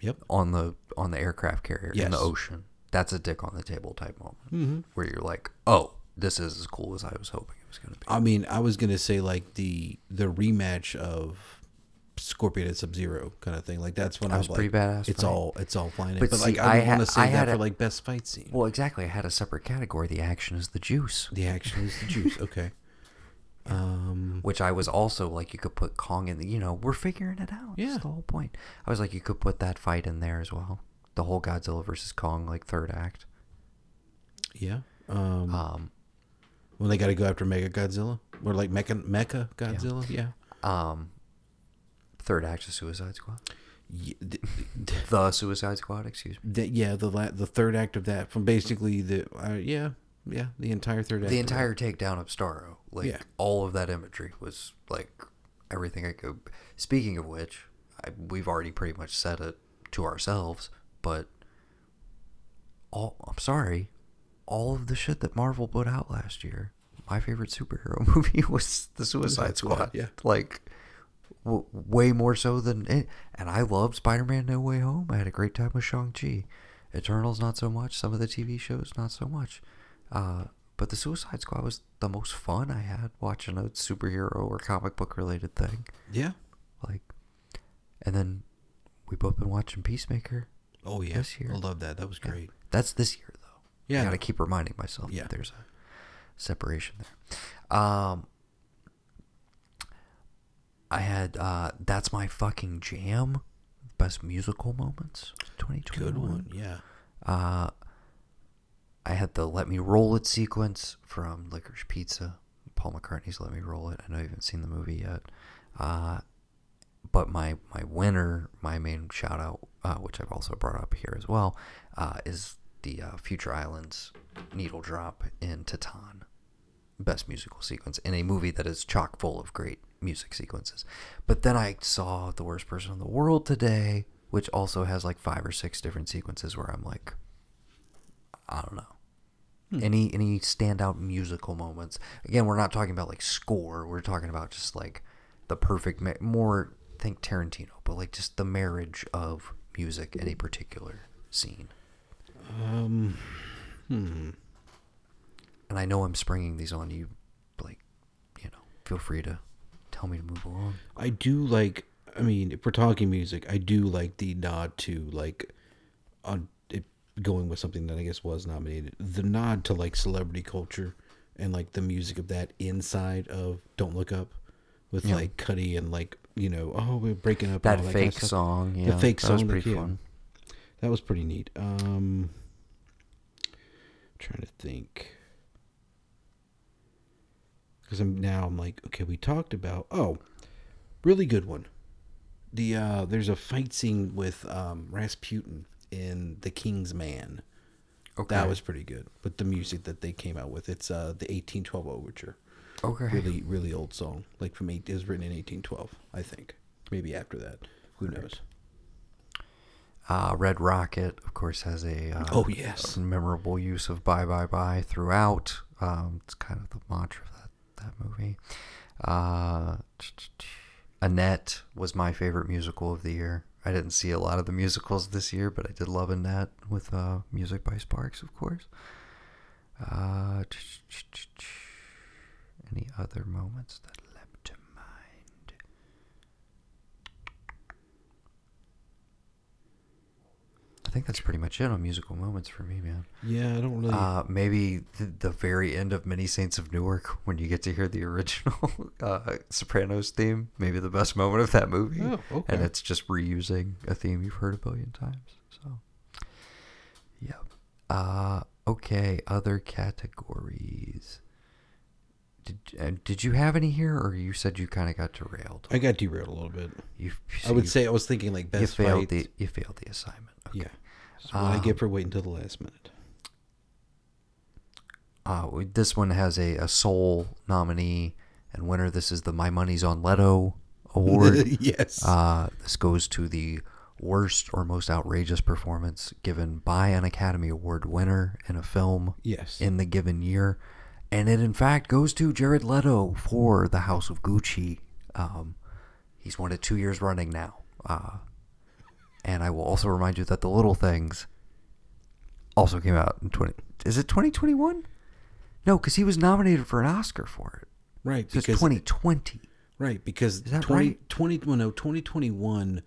B: Yep.
A: on the on the aircraft carrier in
B: Yes. Mm-hmm.
A: the ocean. That's a dick on the table type moment where you're like, oh, this is as cool as I was hoping it was gonna be.
B: I mean, I was gonna say like the the rematch of Scorpion and Sub Zero kind of thing. Like that's when I
A: was
B: was,
A: pretty
B: like,
A: badass
B: It's
A: fight.
B: all it's all flying. in.
A: But
B: But,
A: see,
B: like I,
A: I
B: want
A: ha-
B: to
A: I
B: save
A: had
B: that for
A: a-
B: like best fight scene.
A: Well, exactly. I had a separate category. The action is the juice,
B: the action is the juice. Okay. Um.
A: which I was also like, you could put Kong in. The, you know, we're figuring it out. That's
B: Yeah.
A: the whole point. I was like, you could put that fight in there as well. The whole Godzilla versus Kong like third act.
B: Yeah. Um.
A: Um,
B: when they got to go after Mega Godzilla or like Mecha Mecha Godzilla. Yeah.
A: um, third act of Suicide Squad.
B: Yeah. th- th-
A: The Suicide Squad, excuse me.
B: th- yeah, the la- the third act of that from basically the uh, yeah yeah the entire third act
A: The
B: of that.
A: entire takedown of Starro, like
B: Yeah.
A: all of that imagery was like everything I could. Speaking of which, I, we've already pretty much said it to ourselves, but all I'm sorry, all of the shit that Marvel put out last year, my favorite superhero movie was the Suicide
B: Suicide Squad,
A: Squad.
B: yeah.
A: like w- way more so than it. And I love Spider-Man: No Way Home. I had a great time with Shang Chi. Eternals, not so much. Some of the TV shows, not so much. Uh, but the Suicide Squad was the most fun I had watching a superhero or comic book related thing.
B: yeah
A: Like, and then we both been watching Peacemaker.
B: oh yeah
A: This year.
B: I love that that was great
A: That's this year though.
B: yeah
A: I gotta keep reminding myself
B: Yeah.
A: that there's a separation there. Um, I had uh, that's my fucking jam. Best musical moments, twenty twenty
B: good
A: one.
B: one yeah
A: Uh, I had the "Let Me Roll It" sequence from Licorice Pizza, Paul McCartney's "Let Me Roll It." I know you haven't seen the movie yet, uh, but my my winner, my main shout out, uh, which I've also brought up here as well, uh, is the uh, Future Islands needle drop in Titan, best musical sequence in a movie that is chock full of great music sequences. But then I saw The Worst Person in the World today, which also has like five or six different sequences where I'm like, I don't know. Any any standout musical moments? Again, we're not talking about like score. We're talking about just like the perfect ma- more think Tarantino, but like just the marriage of music in a particular scene.
B: Um,
A: And I know I'm springing these on you, like you know, feel free to tell me to move along.
B: I do like. I mean, if we're talking music, I do like the nod to like, on it going with something that I guess was nominated. The nod to like celebrity culture and like the music of that inside of "Don't Look Up," with like Cuddy and like you know, oh, we're breaking up.
A: That,
B: and all kinda
A: fake
B: stuff.
A: song, yeah,
B: the fake
A: that
B: song
A: was
B: like,
A: pretty
B: yeah.
A: fun.
B: That was pretty neat. Um, trying to think. Because I'm now I'm like, okay, we talked about oh, really good one. The uh, there's a fight scene with um, Rasputin in The King's Man.
A: Okay,
B: That was pretty good. With the music that they came out with, it's uh, the 1812 Overture.
A: okay.
B: Really, really old song. Like from eight, it was written in 1812, I think. Maybe after that. Who knows?
A: Uh, Red Rocket, of course, has a uh,
B: Oh, yes.
A: a memorable use of "Bye Bye Bye" throughout. Um, it's kind of the mantra of that that movie. Uh, Annette was my favorite musical of the year. I didn't see a lot of the musicals this year, but I did love Annette with uh, music by Sparks, of course. Uh, any other moments that leapt to mind? I think that's pretty much it on musical moments for me, man.
B: Yeah, I don't really.
A: Uh, maybe th- the very end of Many Saints of Newark when you get to hear the original uh, Sopranos theme. Maybe the best moment of that movie.
B: Oh, okay.
A: And it's just reusing a theme you've heard a billion times. So, yep. Uh, okay, other categories. Did, uh, did you have any here, or you said you kind of got derailed?
B: I got derailed a little bit.
A: You,
B: I
A: so
B: would
A: you-
B: say I was thinking like
A: you
B: best
A: failed
B: fight.
A: the you failed the assignment. Okay.
B: yeah. So what I get for waiting till the last minute.
A: Uh, we- this one has a, a sole nominee and winner. This is the My Money's on Leto award.
B: yes.
A: uh, this goes to the worst or most outrageous performance given by an Academy Award winner in a film
B: yes.
A: in the given year. And it, in fact, goes to Jared Leto for The House of Gucci. Um, he's won it two years running now. Uh, and I will also remind you that The Little Things also came out in 20. Is it 2021? No, because he was nominated for an Oscar for it.
B: right.
A: So it's
B: Because
A: 2020.
B: right because
A: that
B: 20,
A: right?
B: 20 well, no 2021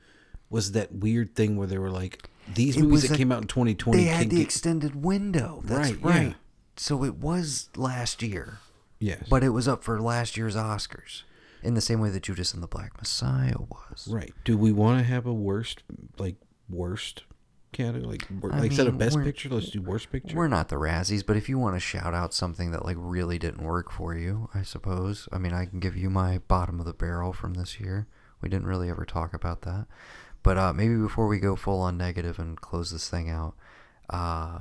B: was that weird thing where they were like these
A: It
B: movies
A: was
B: that
A: a-
B: came out in 2020
A: They had
B: can't
A: the
B: get-
A: extended window. That's
B: Right,
A: right.
B: yeah.
A: So it was last year.
B: yes.
A: But it was up for last year's Oscars, in the same way that Judas and the Black Messiah was.
B: right. Do we want to have a worst like worst category like wor-
A: I
B: like instead of
A: mean,
B: best
A: we're-
B: picture let's do worst picture.
A: We're not the Razzies, but if you want to shout out something that like really didn't work for you, I suppose. I mean, I can give you my bottom of the barrel from this year. We didn't really ever talk about that, but uh, maybe before we go full on negative and close this thing out, uh,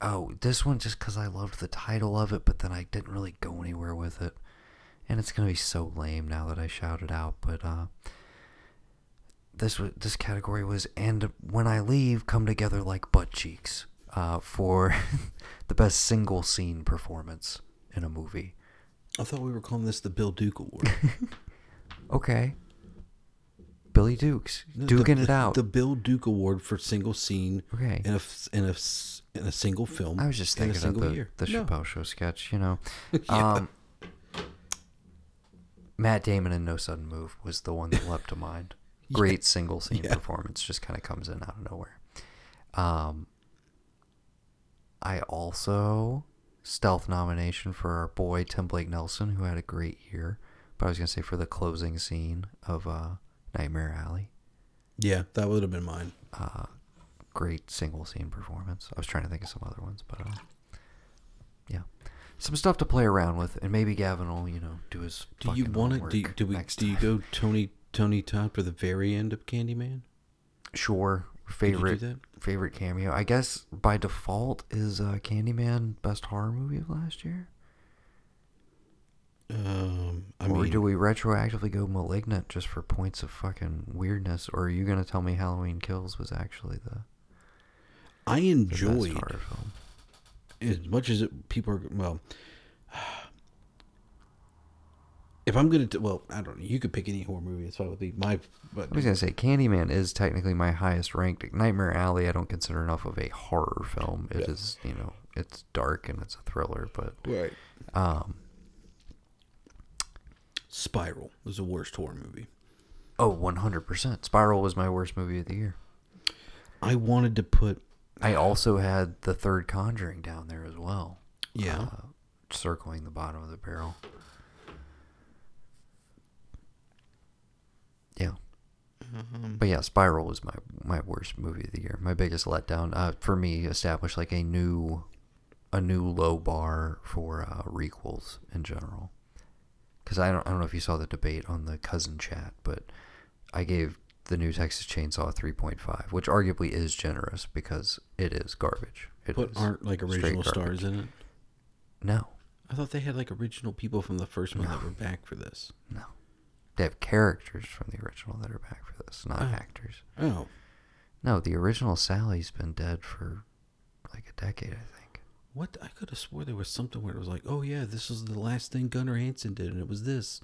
A: oh, this one just because I loved the title of it, but then I didn't really go anywhere with it, and it's gonna be so lame now that I shout it out, but uh this was this category was and when I leave come together like butt cheeks uh, for the best single scene performance in a movie.
B: I thought we were calling this the Bill Duke award.
A: Okay. Billy Dukes
B: No, the-
A: duking it
B: the-
A: out.
B: The Bill Duke award for single scene
A: okay.
B: in a f- in a s- in a single film.
A: I was just
B: in a
A: thinking of
B: single
A: the,
B: year.
A: the
B: No.
A: Chappelle Show sketch, you know.
B: Yeah.
A: um, Matt Damon in No Sudden Move was the one that leapt to mind. Great single scene
B: Yeah.
A: performance, just kind of comes in out of nowhere. Um, I also stealth nomination for our boy Tim Blake Nelson, who had a great year. But I was gonna say for the closing scene of uh, Nightmare Alley.
B: Yeah, that would have been mine.
A: uh, great single scene performance. I was trying to think of some other ones, but uh, yeah, some stuff to play around with, and maybe Gavin will you know do his.
B: Do you
A: fucking
B: want to? Do, you-
A: homework
B: do we?
A: next
B: Do you
A: time.
B: go Tony Tony Todd for the very end of Candyman?
A: Sure,
B: Did you do
A: favorite
B: that?
A: favorite cameo. I guess by default is uh, Candyman best horror movie of last year.
B: Um, I
A: or
B: mean,
A: do we retroactively go malignant just for points of fucking weirdness? Or are you gonna tell me Halloween Kills was actually the,
B: I
A: the best
B: enjoyed
A: horror film?
B: as much as it, people are. Well, if I'm gonna, t- well, I don't know. You could pick any horror movie. It's fine with me. My, but
A: I was gonna say Candyman is technically my highest ranked. Nightmare Alley I don't consider enough of a horror film. It is
B: Yeah.
A: you know it's dark and it's a thriller, but
B: right.
A: um
B: Spiral was the worst horror movie.
A: oh 100 percent. Spiral was my worst movie of the year.
B: I wanted to put.
A: I also had the third Conjuring down there as well,
B: Yeah.
A: circling the bottom of the barrel. Yeah. But yeah, Spiral was my my worst movie of the year. My biggest letdown uh, for me established like a new a new low bar for uh, requels in general. Because I don't I don't know if you saw the debate on the cousin chat, but I gave the new Texas Chainsaw three point five, which arguably is generous because it is garbage. It
B: What
A: is
B: aren't like
A: straight
B: original
A: garbage.
B: stars in it?
A: No,
B: I thought they had like original people from the first one that were back for this.
A: no. They have characters from the original that are back for this, not
B: Oh.
A: actors.
B: Oh,
A: No, the original Sally's been dead for like a decade, I think.
B: What I could have swore there was something where it was like, oh yeah, this is the last thing Gunnar Hansen did, and it was this.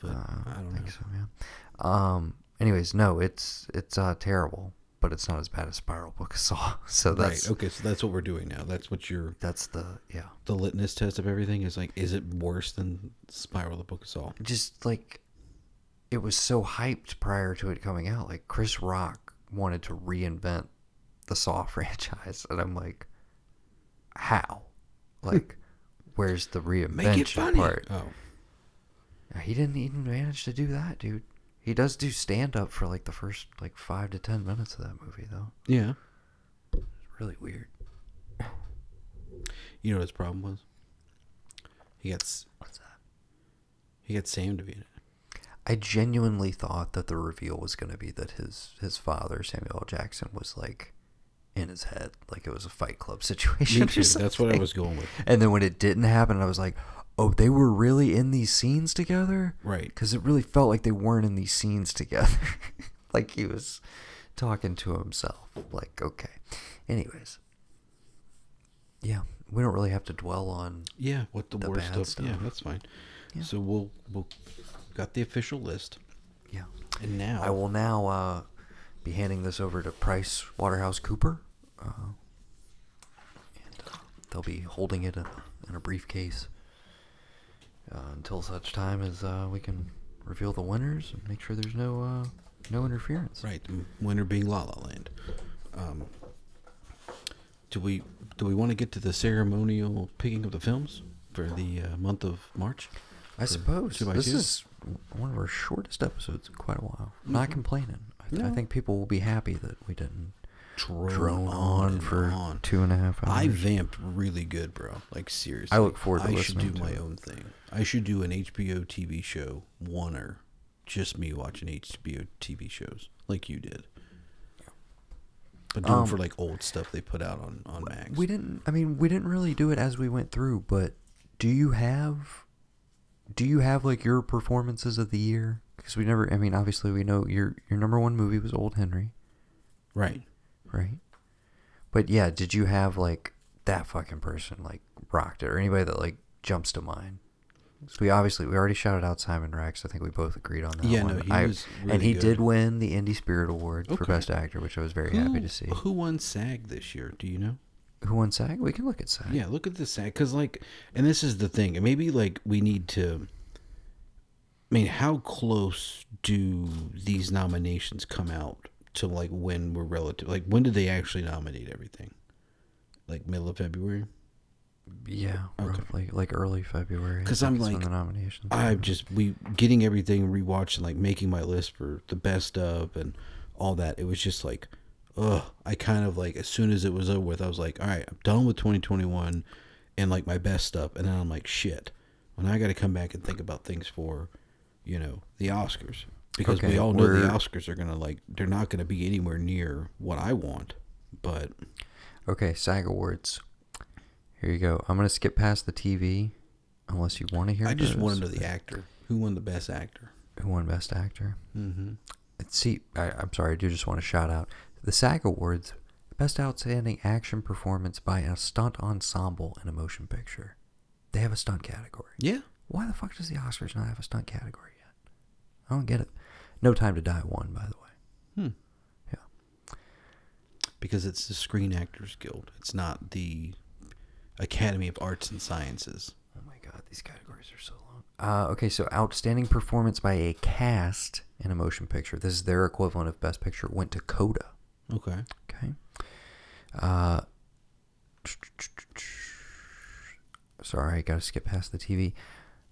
B: But
A: Uh,
B: I don't know.
A: think so, man. Um. Anyways, no, it's it's uh terrible, but it's not as bad as Spiral Book of Saw. So that's
B: right. Okay. So that's what we're doing now. That's what your
A: that's the yeah.
B: the litmus test of everything is like. Is it worse than Spiral the Book of Saul?
A: Just like it was so hyped prior to it coming out. Like Chris Rock wanted to reinvent the Saw franchise, and I'm like, how? Like, where's the reinvention
B: Make it funny.
A: part?
B: Oh,
A: Yeah, He didn't even manage to do that, dude. He does do stand up for like the first like five to ten minutes of that movie, though.
B: yeah.
A: It's really weird.
B: You know what his problem was? He got S-
A: What's that?
B: he got Sam to be in it.
A: I genuinely thought that the reveal was going to be that his his father Samuel L. Jackson was like in his head, like it was a Fight Club situation.
B: Me
A: or
B: too. That's what I
A: something.
B: was going with.
A: And then when it didn't happen, I was like, oh, they were really in these scenes together?
B: Right.
A: Because it really felt like they weren't in these scenes together. like he was talking to himself. Like, okay. Anyways. Yeah, we don't really have to dwell on.
B: Yeah. What the,
A: The
B: worst
A: bad
B: of? Yeah,
A: stuff.
B: that's fine.
A: Yeah.
B: So we'll we'll got the official list,
A: Yeah.
B: and now
A: I will now uh, be handing this over to Price Waterhouse Cooper. Uh, and uh, they'll be holding it in a, in a briefcase uh, until such time as uh, we can reveal the winners and make sure there's no uh, no interference.
B: Right, the winner being La La Land. Um, do we do we want to get to the ceremonial picking of the films for the uh, month of March?
A: I
B: For
A: suppose
B: two by
A: this
B: two?
A: is one of our shortest episodes in quite a while.
B: Mm-hmm.
A: Not complaining. I, th- I
B: No.
A: think people will be happy that we didn't
B: drone,
A: drone on,
B: and
A: for
B: on.
A: two and a half hours.
B: I vamped really good, bro. Like seriously,
A: I look forward to
B: I
A: listening
B: should do
A: to
B: my
A: it.
B: own thing. I should do an HBO TV show, one-er, just me watching HBO TV shows like you did. But do
A: Um,
B: it for like old stuff they put out on on Max.
A: We didn't. I mean, we didn't really do it as we went through. But do you have, do you have like your performances of the year? Because we never. I mean, obviously we know your your number one movie was Old Henry,
B: right.
A: right? But yeah, did you have like that fucking person like rocked it or anybody that like jumps to mind? So we obviously we already shouted out Simon Rex. I think we both agreed on that
B: Yeah,
A: one.
B: no, he
A: I-
B: was
A: and
B: really
A: he
B: good.
A: did win the Indie Spirit Award for
B: Okay.
A: Best Actor, which I was very happy to see.
B: Who won SAG this year? Do you know?
A: Who won SAG? We can look at SAG.
B: Yeah, look at the SAG because like, and this is the thing. and Maybe like we need to. I mean, how close do these nominations come out to like when we're relative? Like, when did they actually nominate everything? Like middle of February.
A: Yeah, roughly like early February. I
B: 'Cause
A: think
B: I'm
A: is when
B: like,
A: the nominations. are.
B: I've just we getting everything rewatched and like making my list for the best of and all that. It was just like, ugh, I kind of like as soon as it was over with, I was like, all right, I'm done with 2021 and like my best stuff, and then I'm like, shit, when I got to come back and think about things for, you know, the Oscars because
A: Okay,
B: we all know the
A: we're-
B: Oscars are gonna like they're not gonna be anywhere near what I want, but
A: Okay, SAG Awards. Here you go. I'm gonna skip past the TV, unless you want to hear.
B: I just
A: those.
B: want to know the actor who won the best actor.
A: who won Best Actor.
B: Mm-hmm.
A: And See, I, I'm sorry, I do just want to shout out the SAG Awards Best Outstanding Action Performance by a Stunt Ensemble in a Motion Picture. They have a stunt category.
B: Yeah,
A: Why the fuck does the Oscars not have a stunt category yet? I don't get it. No Time to Die won, by the way.
B: Hmm.
A: Yeah.
B: because it's the Screen Actors Guild. It's not the Academy of Arts and Sciences.
A: Oh my god, these categories are so long. Uh, okay, so Outstanding Performance by a Cast in a Motion Picture. This is their equivalent of Best Picture. Went to Coda.
B: Okay.
A: Okay. Uh, sorry, I gotta skip past the TV.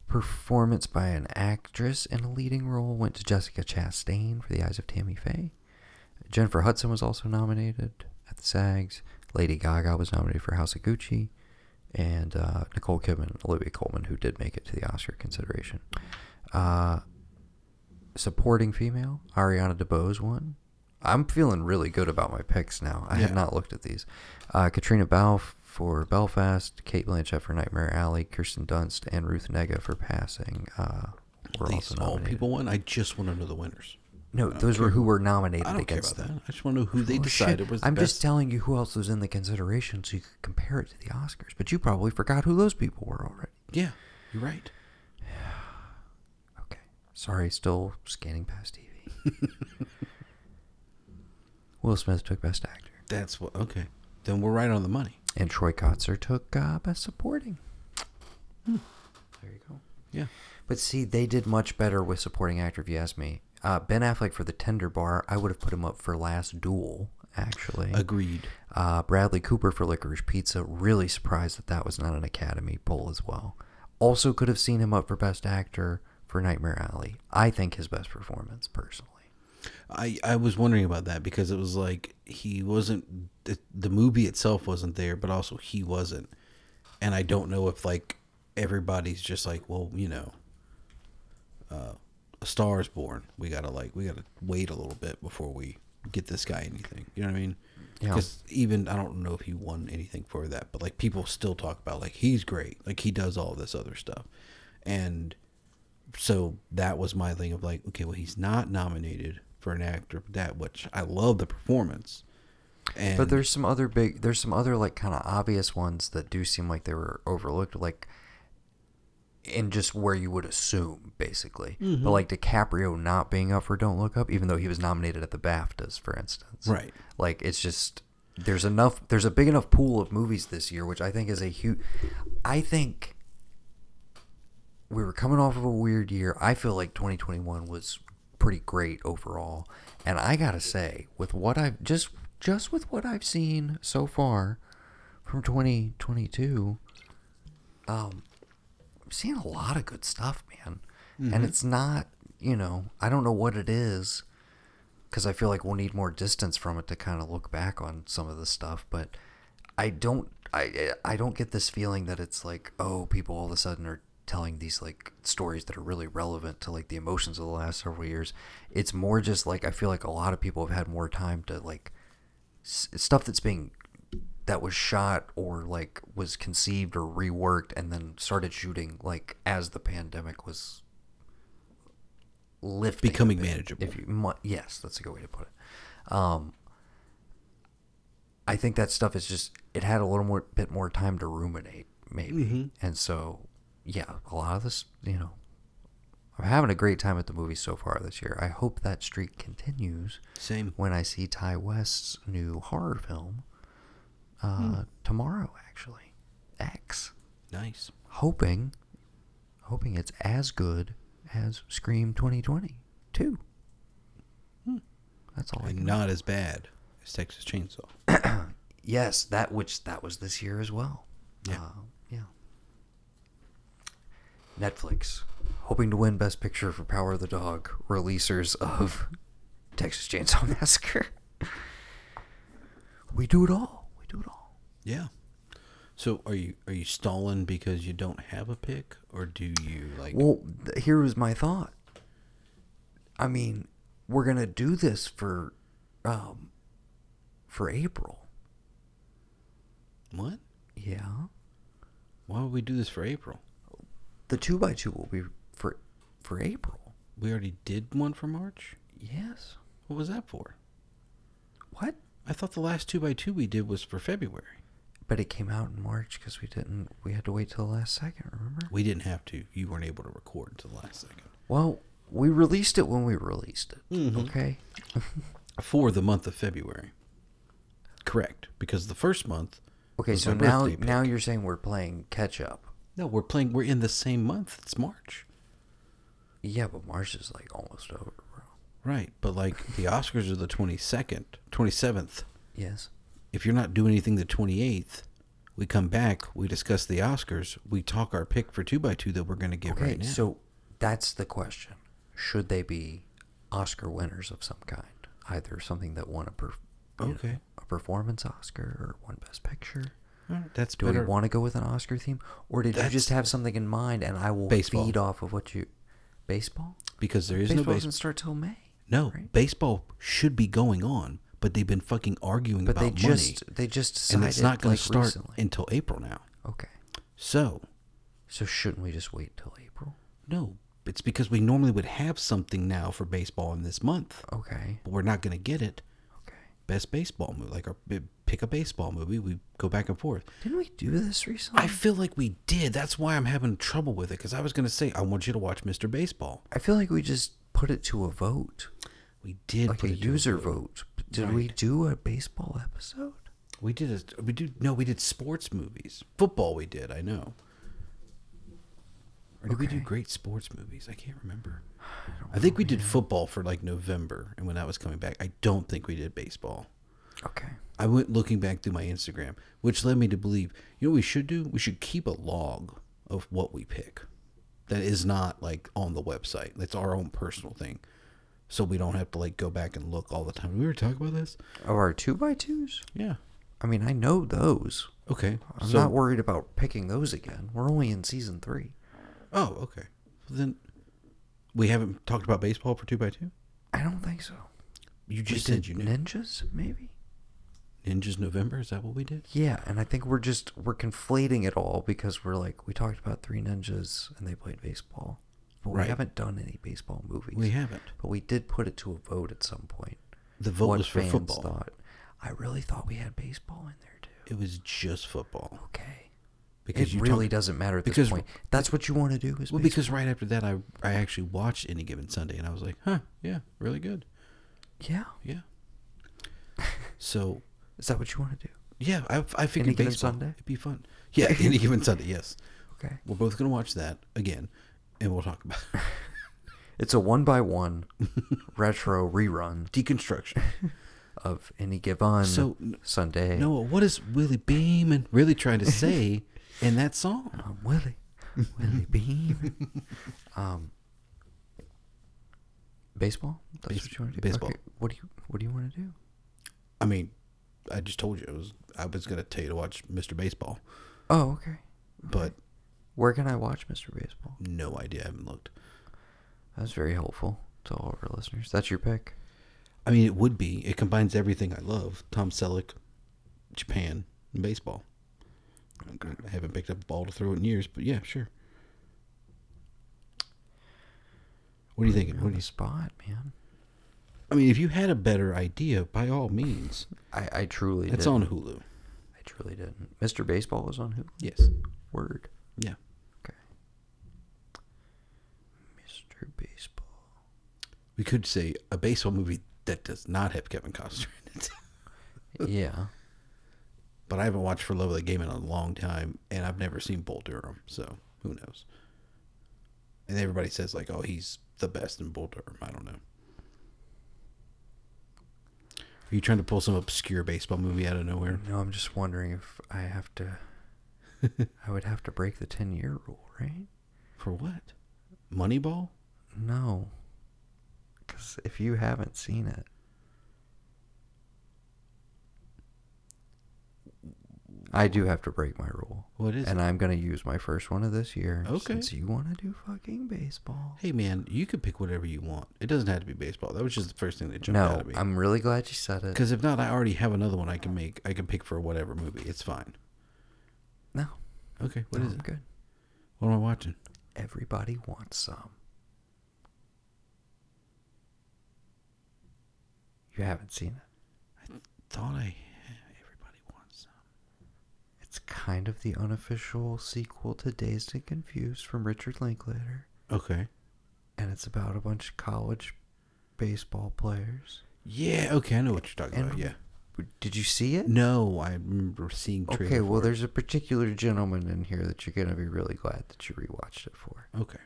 A: Performance by an actress in a leading role went to Jessica Chastain for The Eyes of Tammy Faye. Jennifer Hudson was also nominated at the SAGs. Lady Gaga was nominated for House of Gucci. And uh, Nicole Kidman and Olivia Colman, who did make it to the Oscar consideration. Uh, supporting female, Ariana DeBose won. I'm feeling really good about my picks now. I have
B: Yeah.
A: not looked at these. Uh, Katrina Balfe for Belfast, Kate Blanchett for Nightmare Alley, Kirsten Dunst, and Ruth Nega for Passing. Uh, were
B: These
A: also
B: all
A: nominated.
B: people won. I just want to know the winners.
A: No, those were who were nominated
B: I don't care
A: against
B: about
A: them.
B: that. I just want to know who they
A: Oh, shit.
B: decided was the
A: I'm
B: best.
A: just telling you who else was in the consideration so you could compare it to the Oscars. But you probably forgot who those people were already.
B: yeah, you're right.
A: Okay. Sorry, still scanning past TV. Will Smith took Best Actor,
B: That's what. Okay, then we're right on the money.
A: and Troy Kotzer took uh, Best Supporting.
B: Hmm.
A: There you go.
B: Yeah.
A: But see, they did much better with supporting actor, if you ask me. Uh, ben Affleck for The Tender Bar, I would have put him up for Last Duel, actually.
B: Agreed.
A: Uh, Bradley Cooper for Licorice Pizza. Really surprised that that was not an Academy poll as well. Also, could have seen him up for Best Actor for Nightmare Alley. I think his best performance, personally.
B: I I was wondering about that because it was like he wasn't the, the movie itself wasn't there, but also he wasn't, and I don't know if like everybody's just like, well, you know, uh, a star is born. We gotta like we gotta wait a little bit before we get this guy anything. You know what I mean?
A: Yeah.
B: Because even I don't know if he won anything for that, but like people still talk about like he's great, like he does all this other stuff, and so that was my thing of like, okay, well, he's not nominated for an actor for that, which I love the performance. And
A: But there's some other big, there's some other like kind of obvious ones that do seem like they were overlooked, like in just where you would assume, basically. But like DiCaprio not being up for Don't Look Up, even though he was nominated at the BAFTAs, for instance.
B: right,
A: Like it's just there's enough there's a big enough pool of movies this year, which I think is a huge. I think we were coming off of a weird year. I feel like 2021 was pretty great overall, and I gotta say, with what I've just just with what I've seen so far from 2022, um, I'm seeing a lot of good stuff, man. And it's not, you know, I don't know what it is because I feel like we'll need more distance from it to kind of look back on some of the stuff. But I don't, I, I don't get this feeling that it's like, oh, people all of a sudden are telling these like stories that are really relevant to like the emotions of the last several years. It's more just like I feel like a lot of people have had more time to like s- stuff that's being that was shot or like was conceived or reworked and then started shooting like as the pandemic was lifting a
B: Becoming
A: bit,
B: manageable.
A: If you mu- yes, that's a good way to put it. Um, I think that stuff is just it had a little more bit more time to ruminate maybe, and so yeah, a lot of this you know. I'm having a great time at the movies so far this year. I hope that streak continues
B: same.
A: when I see Ty West's new horror film uh, tomorrow, actually. X.
B: Nice.
A: Hoping, hoping it's as good as Scream 2022. That's all I
B: And
A: can.
B: not as bad as Texas Chainsaw.
A: Yes, that which that was this year as well.
B: Yeah.
A: Uh, yeah. Netflix, hoping to win Best Picture for Power of the Dog, releasers of Texas Chainsaw Massacre. We do it all. We do it all.
B: Yeah. So are you are you stalling because you don't have a pick, or do you like?
A: Well, th- here was my thought. I mean, we're gonna do this for, um, for April.
B: What?
A: Yeah.
B: Why would we do this for April?
A: The two by two will be for, for April.
B: We already did one for March.
A: Yes.
B: What was that for?
A: What?
B: I thought the last two by two we did was for February.
A: But it came out in March because we didn't. We had to wait till the last second. Remember?
B: We didn't have to. You weren't able to record until the last second.
A: Well, we released it when we released it. Okay.
B: For the month of February. Correct, because the first month.
A: Okay.
B: was
A: So
B: my
A: now,
B: birthday pick.
A: now you're saying we're playing catch up.
B: No, we're playing. We're in the same month. It's March.
A: Yeah, but March is like almost over, bro.
B: Right, but like the Oscars are the twenty second, twenty seventh.
A: Yes.
B: if you're not doing anything the 28th, we come back, we discuss the Oscars, we talk our pick for 2 by 2 that we're going to give
A: Okay.
B: right now.
A: So that's the question: Should they be Oscar winners of some kind? Either something that won a per, you know,
B: Okay.
A: a performance Oscar or one Best Picture.
B: All right, that's
A: Do
B: better.
A: we want to go with an Oscar theme, or did you just
B: That's-
A: have something in mind? And I will
B: Baseball.
A: feed off of what you. Baseball.
B: because there is
A: baseball
B: no
A: doesn't
B: baseball.
A: start till May.
B: No,
A: right?
B: baseball should be going on, but they've been fucking arguing
A: But
B: about
A: they just
B: money.
A: they just decided
B: And it's not going
A: like,
B: to start
A: recently.
B: until April now.
A: okay,
B: So,
A: so shouldn't we just wait till April?
B: no, it's because we normally would have something now for baseball in this month,
A: Okay,
B: but we're not going to get it.
A: okay.
B: Best baseball movie, like our pick a baseball movie, we go back and forth.
A: Didn't we do this recently?
B: I feel like we did. That's why I'm having trouble with it. Because I was going to say, I want you to watch Mr. Baseball.
A: I feel like we just put it to a vote,
B: We did.
A: like
B: put
A: a
B: it to
A: user vote. But Did we
B: Right.
A: do a baseball episode?
B: We did. A, we did. No, we did sports movies. Football. We did. I know. Or did we do
A: Okay.
B: great sports movies? I can't remember. I think we did football for like November, and when that was coming back, I don't think we did baseball.
A: Okay,
B: I went looking back through my Instagram, which led me to believe, you know, what we should do. We should keep a log of what we pick. That is not like on the website. That's our own personal thing, so we don't have to like go back and look all the time. We were talking about this.
A: or our two by twos?
B: Yeah.
A: I mean, I know those.
B: Okay.
A: I'm
B: so,
A: not worried about picking those again. We're only in season three.
B: Oh, okay. Then we haven't talked about baseball for two by two.
A: I don't think so.
B: You
A: We
B: just
A: did
B: said you knew.
A: ninjas, maybe.
B: Ninjas November. Is that what we did?
A: Yeah, and I think we're just we're conflating it all because we're like we talked about three ninjas and they played baseball, but we
B: Right.
A: haven't done any baseball movies.
B: We haven't.
A: but we did put it to a vote at some point.
B: The vote
A: What
B: was for
A: fans
B: football.
A: Thought. I really thought we had baseball in there too.
B: It was just football
A: Okay,
B: because
A: it
B: you
A: really
B: talked-
A: doesn't matter at this
B: because-
A: point. That's what you want to do is
B: Well,
A: baseball.
B: because right after that, I I actually watched Any Given Sunday, and I was like, huh, yeah, really good,
A: yeah,
B: yeah. so
A: is that what you want to do?
B: yeah, I I figured
A: Any Given
B: baseball,
A: Sunday?
B: it'd be fun. Yeah, Any Given Sunday, yes.
A: Okay,
B: We're both gonna watch that again, and we'll talk about it.
A: it's a one by one retro rerun
B: deconstruction.
A: of any given
B: So, n-
A: Sunday.
B: Noah, what is Willie Beeman really trying to say in that song?
A: I'm um, Willie. Willie Beam. um, baseball. That's
B: Base-
A: what you want to do.
B: baseball.
A: What do you What do you want to do?
B: I mean, I just told you I was I was gonna tell you to watch Mr. Baseball,
A: Oh, okay.
B: but
A: Where can I watch Mr. Baseball?
B: no idea. I haven't looked.
A: That was very helpful to all of our listeners. That's your pick.
B: I mean, it would be. It combines everything I love: Tom Selleck, Japan, and baseball. I haven't picked up a ball to throw in years, but yeah, sure. What are you thinking?
A: You're
B: What
A: on
B: do
A: the
B: you?
A: spot, man.
B: I mean, if you had a better idea, by all means,
A: I, I truly
B: it's
A: didn't.
B: on Hulu.
A: I truly didn't. Mr. Baseball was on who?
B: Yes.
A: Word.
B: Yeah.
A: Okay. Mr. Baseball.
B: We could say a baseball movie that does not have Kevin Costner in it.
A: yeah.
B: but I haven't watched For Love of the Game in a long time, and I've never seen Bull Durham, so who knows? And everybody says like, "Oh, he's the best in Bull Durham." I don't know. Are you trying to pull some obscure baseball movie out of nowhere?
A: No, I'm just wondering if I have to. I would have to break the 10 year rule, right?
B: For what? Moneyball?
A: No. Because if you haven't seen it, I do have to break my rule.
B: What is
A: And I'm going to use my first one of this year.
B: Okay.
A: Since you want to do fucking baseball.
B: Hey man, you can pick whatever you want. It doesn't have to be baseball. That was just the first thing that jumped out
A: No,
B: at me.
A: I'm really glad you said it.
B: Because if not, I already have another one I can make. I can pick for whatever movie. It's fine.
A: No.
B: Okay, what
A: no,
B: is
A: I'm
B: it?
A: good.
B: What am I watching?
A: Everybody wants some. You haven't seen it.
B: Thought I everybody wants.
A: It's kind of the unofficial sequel to Dazed and Confused from Richard Linklater,
B: Some. Okay.
A: and it's about a bunch of college baseball players.
B: Yeah. Okay, I know what you're talking
A: And-
B: about. Yeah.
A: Did you see it?
B: No, I remember seeing. trailer
A: Okay, well,
B: for it.
A: there's a particular gentleman in here that you're gonna be really glad that you rewatched it for.
B: Okay.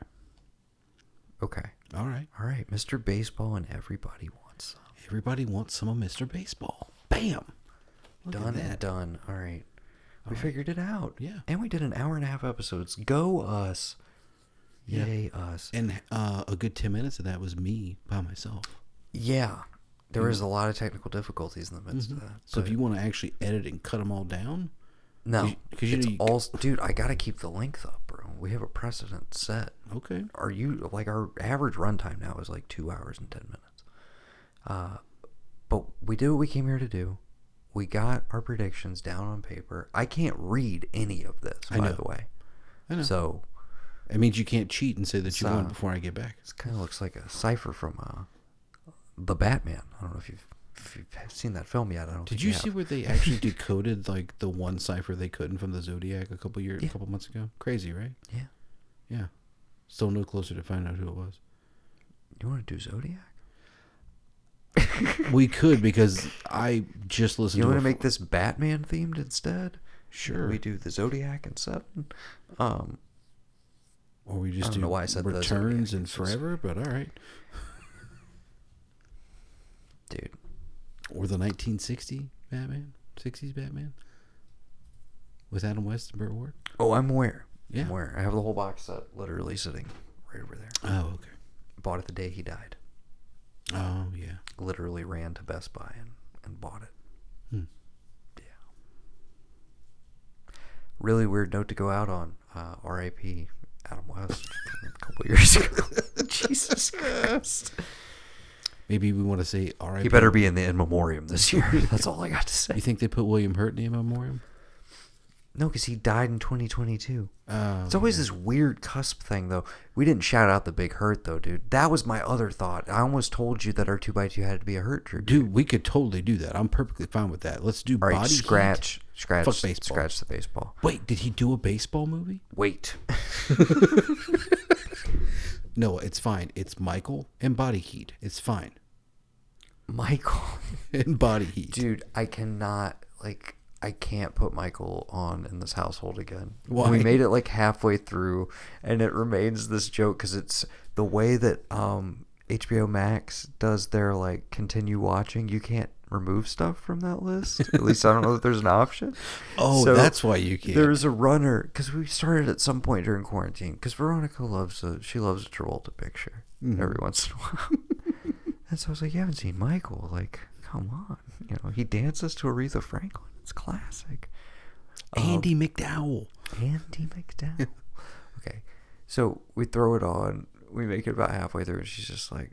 A: Okay,
B: All right.
A: all right, Mr. Baseball and everybody wants some.
B: Everybody wants some of Mr. Baseball. Bam. Look at
A: done and
B: that.
A: done. All right. we
B: right.
A: figured it out.
B: Yeah.
A: And we did an hour and a half episodes. Go us.
B: Yeah.
A: Yay us.
B: And uh, a good ten minutes of that was me by myself.
A: Yeah. There was a lot of technical difficulties in the midst of that.
B: Mm-hmm. So if
A: but
B: you want to actually edit and cut them all down,
A: no,
B: 'cause you know
A: it's
B: you-
A: all dude. I gotta keep the length up, bro. We have a precedent set.
B: okay.
A: Are you like our average runtime now is like two hours and ten minutes? Uh, but we did what we came here to do. We got our predictions down on paper. I can't read any of this,
B: I
A: by
B: know.
A: the way.
B: I know.
A: So
B: It means you can't cheat and say that you won
A: So-
B: before I get back.
A: This kind of looks like a cipher from uh, the Batman. I don't know if you've, if you've seen that film yet. I don't.
B: Did
A: think
B: you
A: have.
B: see where they actually decoded like the one cipher they couldn't from the Zodiac a couple years,
A: Yeah.
B: a couple months ago? Crazy, right?
A: Yeah.
B: Yeah. Still no closer to find out who it was.
A: You want to do Zodiac?
B: we could because I just listened
A: You
B: to.
A: want
B: a-
A: to make this Batman themed instead?
B: sure,
A: We do the Zodiac and seven. Um,
B: or we just
A: don't
B: do
A: know why I said the
B: returns
A: Zodiac,
B: and
A: it's just-
B: forever, but all right.
A: dude,
B: Or the 1960 Batman, 60s Batman, with Adam West and Burt Ward.
A: Oh, I'm aware.
B: Yeah.
A: I'm aware. I have the whole box set literally sitting right over there.
B: Oh, okay.
A: Bought it the day he died.
B: Oh, yeah.
A: Literally ran to Best Buy and, and bought it.
B: Hmm.
A: Yeah. Really weird note to go out on. Uh, R.I.P. Adam West a couple years ago. Jesus Christ.
B: Maybe we want to say all right.
A: He better be in the in memoriam this year. That's all I got to
B: You
A: say.
B: think they put William Hurt in the memoriam?
A: No, because he died in 2022.
B: Oh,
A: It's always this weird cusp thing, though. We didn't shout out the big hurt, though, dude. That was my other thought. I almost told you that our two by two had to be a hurt tribute.
B: Dude, we could totally do that. I'm perfectly fine with that. Let's do
A: All right,
B: body Heat.
A: scratch, scratch,
B: Fuck baseball.
A: scratch the baseball.
B: Wait, did he do a baseball movie?
A: Wait,
B: No, it's fine. It's Michael and Body Heat. It's fine.
A: Michael,
B: And Body Heat.
A: dude, I cannot like. I can't put Michael on in this household again.
B: Why?
A: We made it like halfway through, and it remains this joke because it's the way that um, HBO Max does their like continue watching. You can't remove stuff from that list. At least I don't know that there's an option.
B: Oh,
A: So
B: that's why you can't.
A: There's a runner because we started at some point during quarantine because Veronica loves a she loves a Travolta picture every once in a while, and so I was like, you haven't seen Michael, like, come on, you know, he dances to Aretha Franklin, it's classic.
B: Andy McDowell.
A: Andy McDowell. okay, so we throw it on, we make it about halfway through, and she's just like,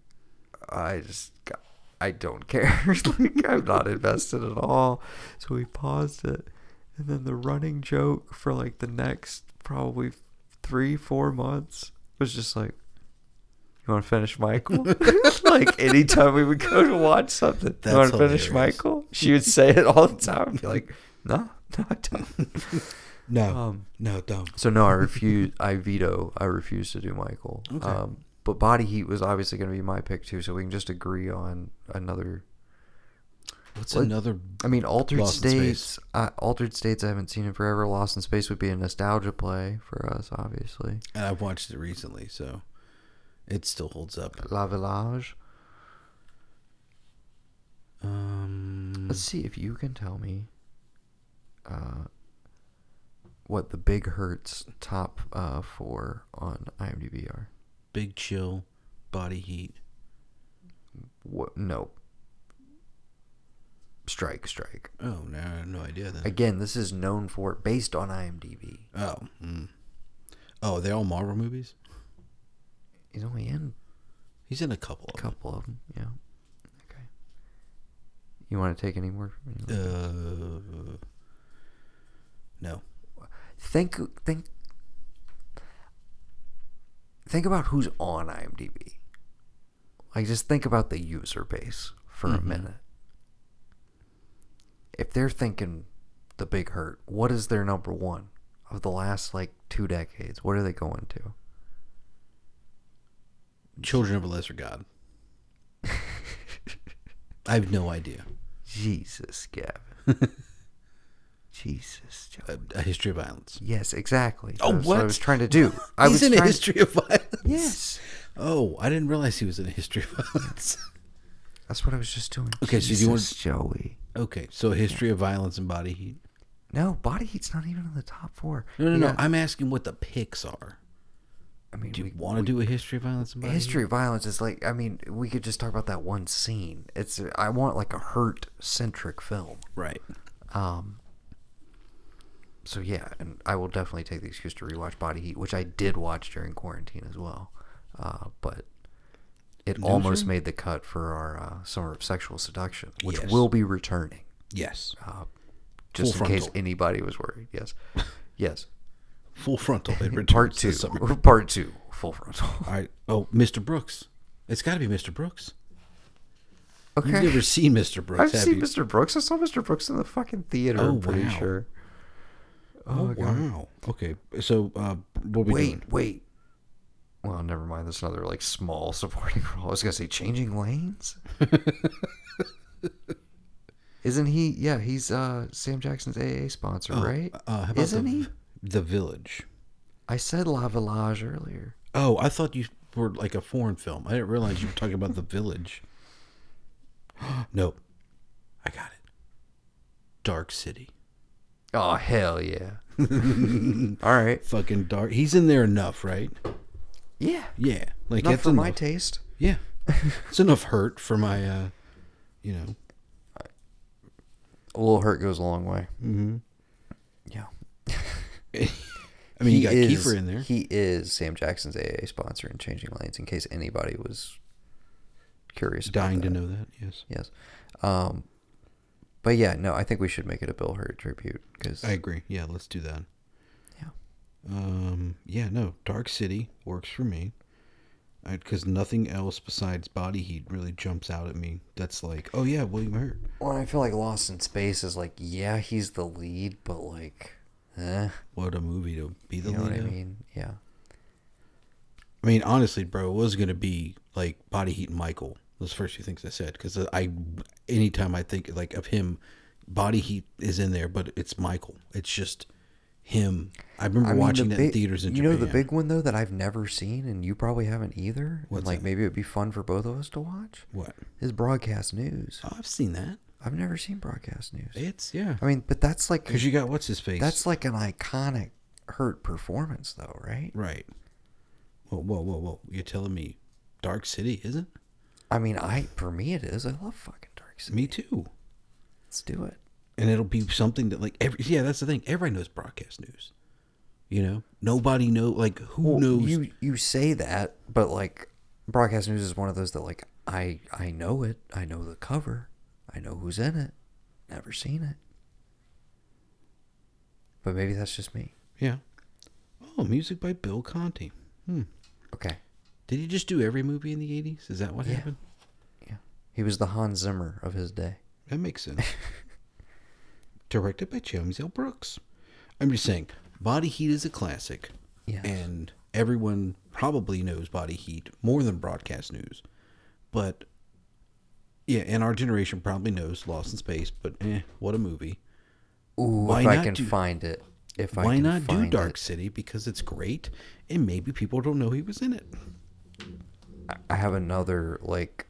A: I just got, I don't care. like I'm not invested at all. So we paused it, and then the running joke for like the next probably three four months was just like. You want to finish Michael? like anytime we would go to watch something,
B: That's
A: you want to finish
B: hilarious.
A: Michael? She would say it all the time. I'd be like, no, no, I don't.
B: No,
A: Um,
B: no, don't.
A: so no, I refuse. I veto. I refuse to do Michael.
B: Okay.
A: Um, but body heat was obviously going to be my pick too. So we can just agree on another.
B: What's
A: What-
B: another?
A: I mean, altered
B: Lost in Space.
A: states. Uh, altered states. I haven't seen in forever. Lost in space would be a nostalgia play for us, obviously.
B: And I've watched it recently, so it still holds up.
A: La Village.
B: Um,
A: Let's see if you can tell me. Uh, what the Big Hurt's top uh, four on IMDb are?
B: Big Chill, Body Heat.
A: What? No. strike, strike.
B: Oh no, I have no idea then.
A: Again, this is known for based on IMDb.
B: oh, mm. oh, they're all Marvel movies.
A: He's only in
B: He's in a couple.
A: a
B: Of
A: couple of them. Yeah. Okay. You want to take any more? any more?
B: them. Uh, no.
A: Think think think about who's on IMDb. Like just think about the user base for a minute. If they're thinking the big hurt, what is their number one of the last like two decades? What are they going to?
B: Children of a Lesser God. I have no idea.
A: Jesus, Gavin. Jesus, Joe.
B: A, a history of violence.
A: Yes, exactly.
B: Uh, Oh,
A: That was
B: what?
A: I was trying to do. I
B: He's
A: was
B: in a
A: trying-
B: history of violence.
A: Yes,
B: Oh, I didn't realize he was in a history of violence.
A: that's what I was just doing.
B: Okay, so do you want-
A: Jesus, Joey?
B: okay, so a history of violence and body heat.
A: No, Body Heat's not even in the top four.
B: No, no,
A: You
B: no.
A: got-
B: I'm asking what the picks are.
A: I mean,
B: Do
A: we,
B: you want to do a history of violence and body heat?
A: history of violence is like. I mean, we could just talk about that one scene. It's. I want like a hurt centric film.
B: Right.
A: Um. So yeah, and I will definitely take the excuse to rewatch Body Heat, which I did watch during quarantine as well. Uh, but it almost made the cut for our uh, summer of sexual seduction, which
B: Yes.
A: will be returning.
B: Yes.
A: Uh, just in
B: Full
A: case
B: frontal.
A: anybody was worried. Yes, yes.
B: Full frontal. It
A: Part
B: returns
A: two.
B: this summer.
A: Part two. Full frontal.
B: All right. Oh, Mr. Brooks. It's got to be Mr. Brooks.
A: Okay.
B: You've never seen Mr. Brooks,
A: I've
B: have
A: seen
B: you?
A: Mr. Brooks. I saw Mr. Brooks in the fucking theater.
B: Oh,
A: I'm pretty
B: wow.
A: sure.
B: Oh, wow. Okay. So, uh, what are we doing?
A: Wait, wait. Well, never mind. That's another like small supporting role. I was gonna say changing lanes. Isn't he? Yeah, he's uh Sam Jackson's AA sponsor, right?
B: Uh, how about
A: Isn't
B: the,
A: he?
B: The Village.
A: I said La Village earlier.
B: Oh, I thought you were like a foreign film. I didn't realize you were talking about The Village. nope. I got it. Dark City.
A: Oh hell yeah! All right.
B: Fucking dark. He's in there enough, right?
A: Yeah.
B: Yeah. Like
A: Not
B: that's
A: for my
B: enough.
A: taste.
B: yeah. it's enough hurt for my, uh, you know.
A: A little hurt goes a long way. Mm-hmm. Yeah.
B: I mean,
A: he
B: you got
A: is,
B: Kiefer in there.
A: He is Sam Jackson's AA sponsor in Changing Lanes, in case anybody was curious. about
B: Dying
A: that.
B: to know that. Yes.
A: Yes. Um, but yeah, no, I think we should make it a Bill Hurt tribute because
B: I agree. Yeah, let's do that.
A: Yeah.
B: Um. Yeah. No. Dark City works for me. Because nothing else besides body heat really jumps out at me. That's like, oh yeah, William Hurt.
A: well, I feel like Lost in Space is like, yeah, he's the lead, but like, eh,
B: What a movie to be the
A: you know
B: lead.
A: what I
B: of.
A: mean? Yeah.
B: I mean, honestly, bro, it was gonna be like body heat and Michael. Those first two things I said. Because I, anytime I think like of him, body heat is in there, but it's Michael. It's just him. I remember
A: I mean,
B: watching
A: the
B: that
A: big-
B: in theaters in
A: you
B: Japan.
A: know the big one though that I've never seen, and you probably haven't either. and
B: What's
A: like
B: that?
A: maybe it'd be fun for both of us to watch.
B: what?
A: Is broadcast news?
B: Oh, I've seen that.
A: I've never seen broadcast news.
B: It's yeah.
A: I mean, but that's like
B: Because you got what's his face.
A: that's like an iconic hurt performance, though, right?
B: right. Whoa, whoa, whoa, whoa! You're telling me Dark City isn't?
A: I mean, I for me it is. I love fucking Dark City.
B: Me too.
A: Let's do it.
B: And it'll be something that like every yeah. That's the thing. Everybody knows broadcast news. You know, nobody know like who knows.
A: You you say that, but like broadcast news is one of those that like I I know it. I know the cover. I know who's in it. Never seen it. But maybe that's just me.
B: yeah. Oh, music by Bill Conti. Hmm.
A: Okay.
B: Did he just do every movie in the '80s? Is that what
A: Yeah.
B: happened?
A: Yeah. He was the Hans Zimmer of his day.
B: That makes sense. Directed by James L. Brooks. I'm just saying, Body Heat is a classic.
A: Yes.
B: And everyone probably knows Body Heat more than broadcast news. But yeah, and our generation probably knows Lost in Space, but eh, what a movie.
A: Ooh,
B: Why
A: if I
B: not
A: can
B: do-
A: find it. If I
B: Why
A: can
B: not do
A: find
B: Dark
A: it.
B: City? Because it's great, and maybe people don't know he was in it.
A: I have another like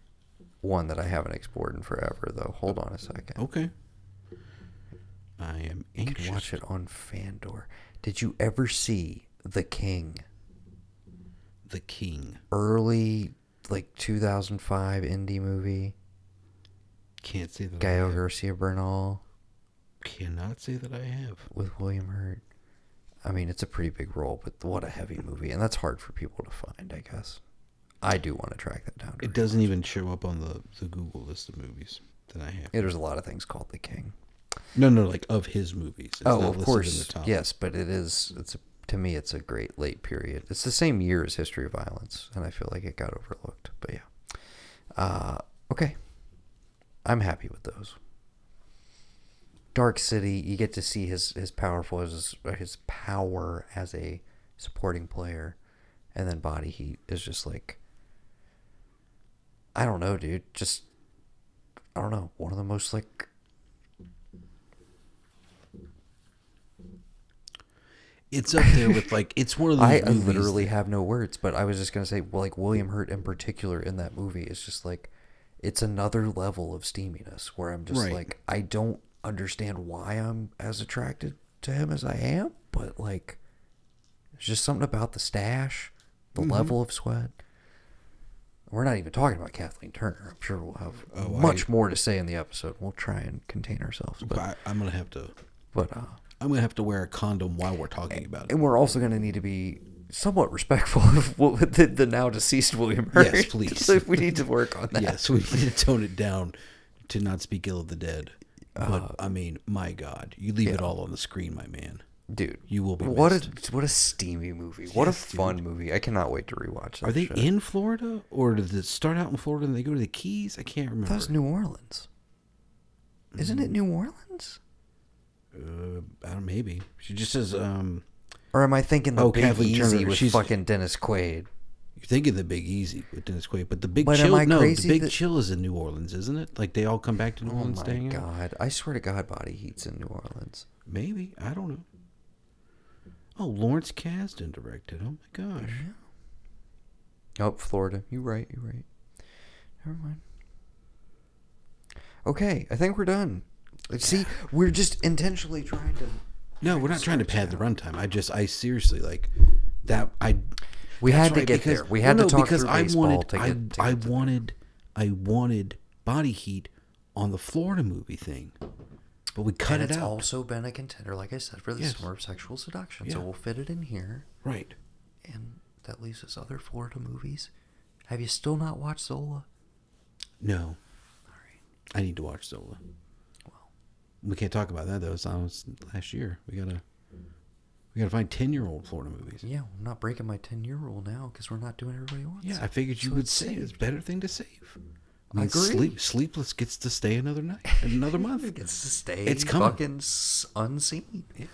A: one that I haven't explored in forever though. Hold on a second.
B: Okay. I am
A: You
B: anxious.
A: can watch it on Fandor. Did you ever see The King?
B: The King.
A: Early like 2005 indie movie.
B: can't say that. I
A: Gael
B: have.
A: Garcia Bernal
B: Cannot say that I have.
A: with William Hurt. I mean, it's a pretty big role, but what a heavy movie, and that's hard for people to find, I guess. I do want to track that down. to
B: It doesn't even show up on the, the Google list of movies that I have.
A: Yeah, there's a lot of things called The King.
B: No, no, like of his movies. It's not
A: oh,
B: listed
A: of
B: in
A: course,
B: the top.
A: yes, but it is. It's a, to me, it's a great late period. It's the same year as History of Violence, and I feel like it got overlooked. But yeah, uh, okay, I'm happy with those. Dark City, you get to see his his powerful his his power as a supporting player, and then Body Heat is just like, I don't know, dude, just I don't know, one of the most like
B: It's up there with like it's one of those
A: I
B: movies
A: literally have no words, but I was just gonna say, well, like William Hurt in particular in that movie is just like, it's another level of steaminess where I'm just
B: Right.
A: like, I don't understand why I'm as attracted to him as I am, but like, it's just something about the stash, the
B: Mm-hmm.
A: level of sweat. We're not even talking about Kathleen Turner. I'm sure we'll have
B: Oh, I-
A: much more to say in the episode. We'll try and contain ourselves, but
B: I, I'm gonna have to
A: but uh,
B: I'm gonna have to wear a condom while we're talking about it.
A: and we're also going to need to be somewhat respectful of what the, the now deceased William Hurt.
B: Yes, please.
A: So we need to work on that.
B: Yes, we need to tone it down to not speak ill of the dead.
A: Uh,
B: But I mean, my God, you leave it all on the screen, my man.
A: dude.
B: You will be
A: What a what a steamy movie. what a
B: Yes, dude.
A: fun movie. I cannot wait to rewatch. That
B: Are they
A: shit.
B: in Florida, or did it start out in Florida and they go to the Keys? I can't remember.
A: That was New Orleans. Isn't
B: Mm.
A: it New Orleans?
B: uh, I don't maybe she just says. Um,
A: Or am I thinking the
B: Oh,
A: Big
B: Kathleen
A: Easy
B: Turner,
A: with
B: she's-
A: fucking Dennis Quaid?
B: you're thinking the Big Easy with Dennis Quaid, but the Big
A: But am
B: Chill.
A: I
B: No, the
A: crazy
B: Big
A: that-
B: Chill is in New Orleans, isn't it? Like they all come back to New
A: Oh
B: Orleans.
A: my
B: staying out?
A: god! I swear to God, Body Heat's in New Orleans.
B: Maybe. I don't know. Oh, Lawrence Kasdan directed. Oh my gosh.
A: Oh, Florida. You're right. You're right. Never mind. Okay, I think we're done. See, we're just intentionally trying to.
B: No, we're not trying to pad the runtime. I just, I seriously like that. I.
A: We
B: that's
A: had to get there. We had to talk
B: because
A: through
B: I
A: baseball
B: wanted,
A: to
B: I,
A: get- to
B: I
A: get to
B: wanted, I wanted body heat on the Florida movie thing, but we cut
A: And
B: it
A: it's
B: out.
A: also been a contender, like I said, for the
B: Yes.
A: summer of sexual seduction. So
B: Yeah.
A: we'll fit it in here,
B: right.
A: and that leaves us other Florida movies. Have you still not watched Zola?
B: No. All right. I need to watch Zola. Well, we can't talk about that though. It's on it's last year. We gotta, we gotta find ten-year-old Florida movies.
A: Yeah, I'm not breaking my ten year rule now because we're not doing everybody wants.
B: Yeah, I figured you
A: So
B: would
A: it's
B: say it's a
A: saved.
B: better thing to save.
A: I
B: I mean,
A: agree.
B: Sleep, sleepless gets to stay another night, another month.
A: It's to stay
B: It's coming.
A: fucking s- unseen.
B: Yeah.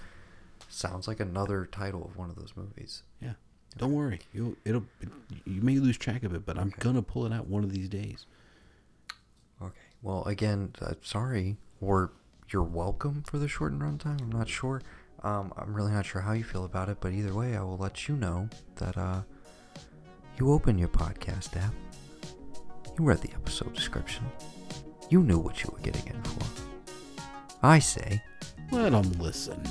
A: Sounds like another title of one of those movies.
B: Yeah, don't worry. You it'll you may lose track of it, but I'm gonna pull it out one of these days.
A: Okay. Well, again, uh, sorry, or you're welcome for the shortened runtime. I'm not sure. Um, I'm really not sure how you feel about it, but either way, I will let you know that uh, you open your podcast app, you read the episode description, you knew what you were getting in for. I say.
B: Let them listen.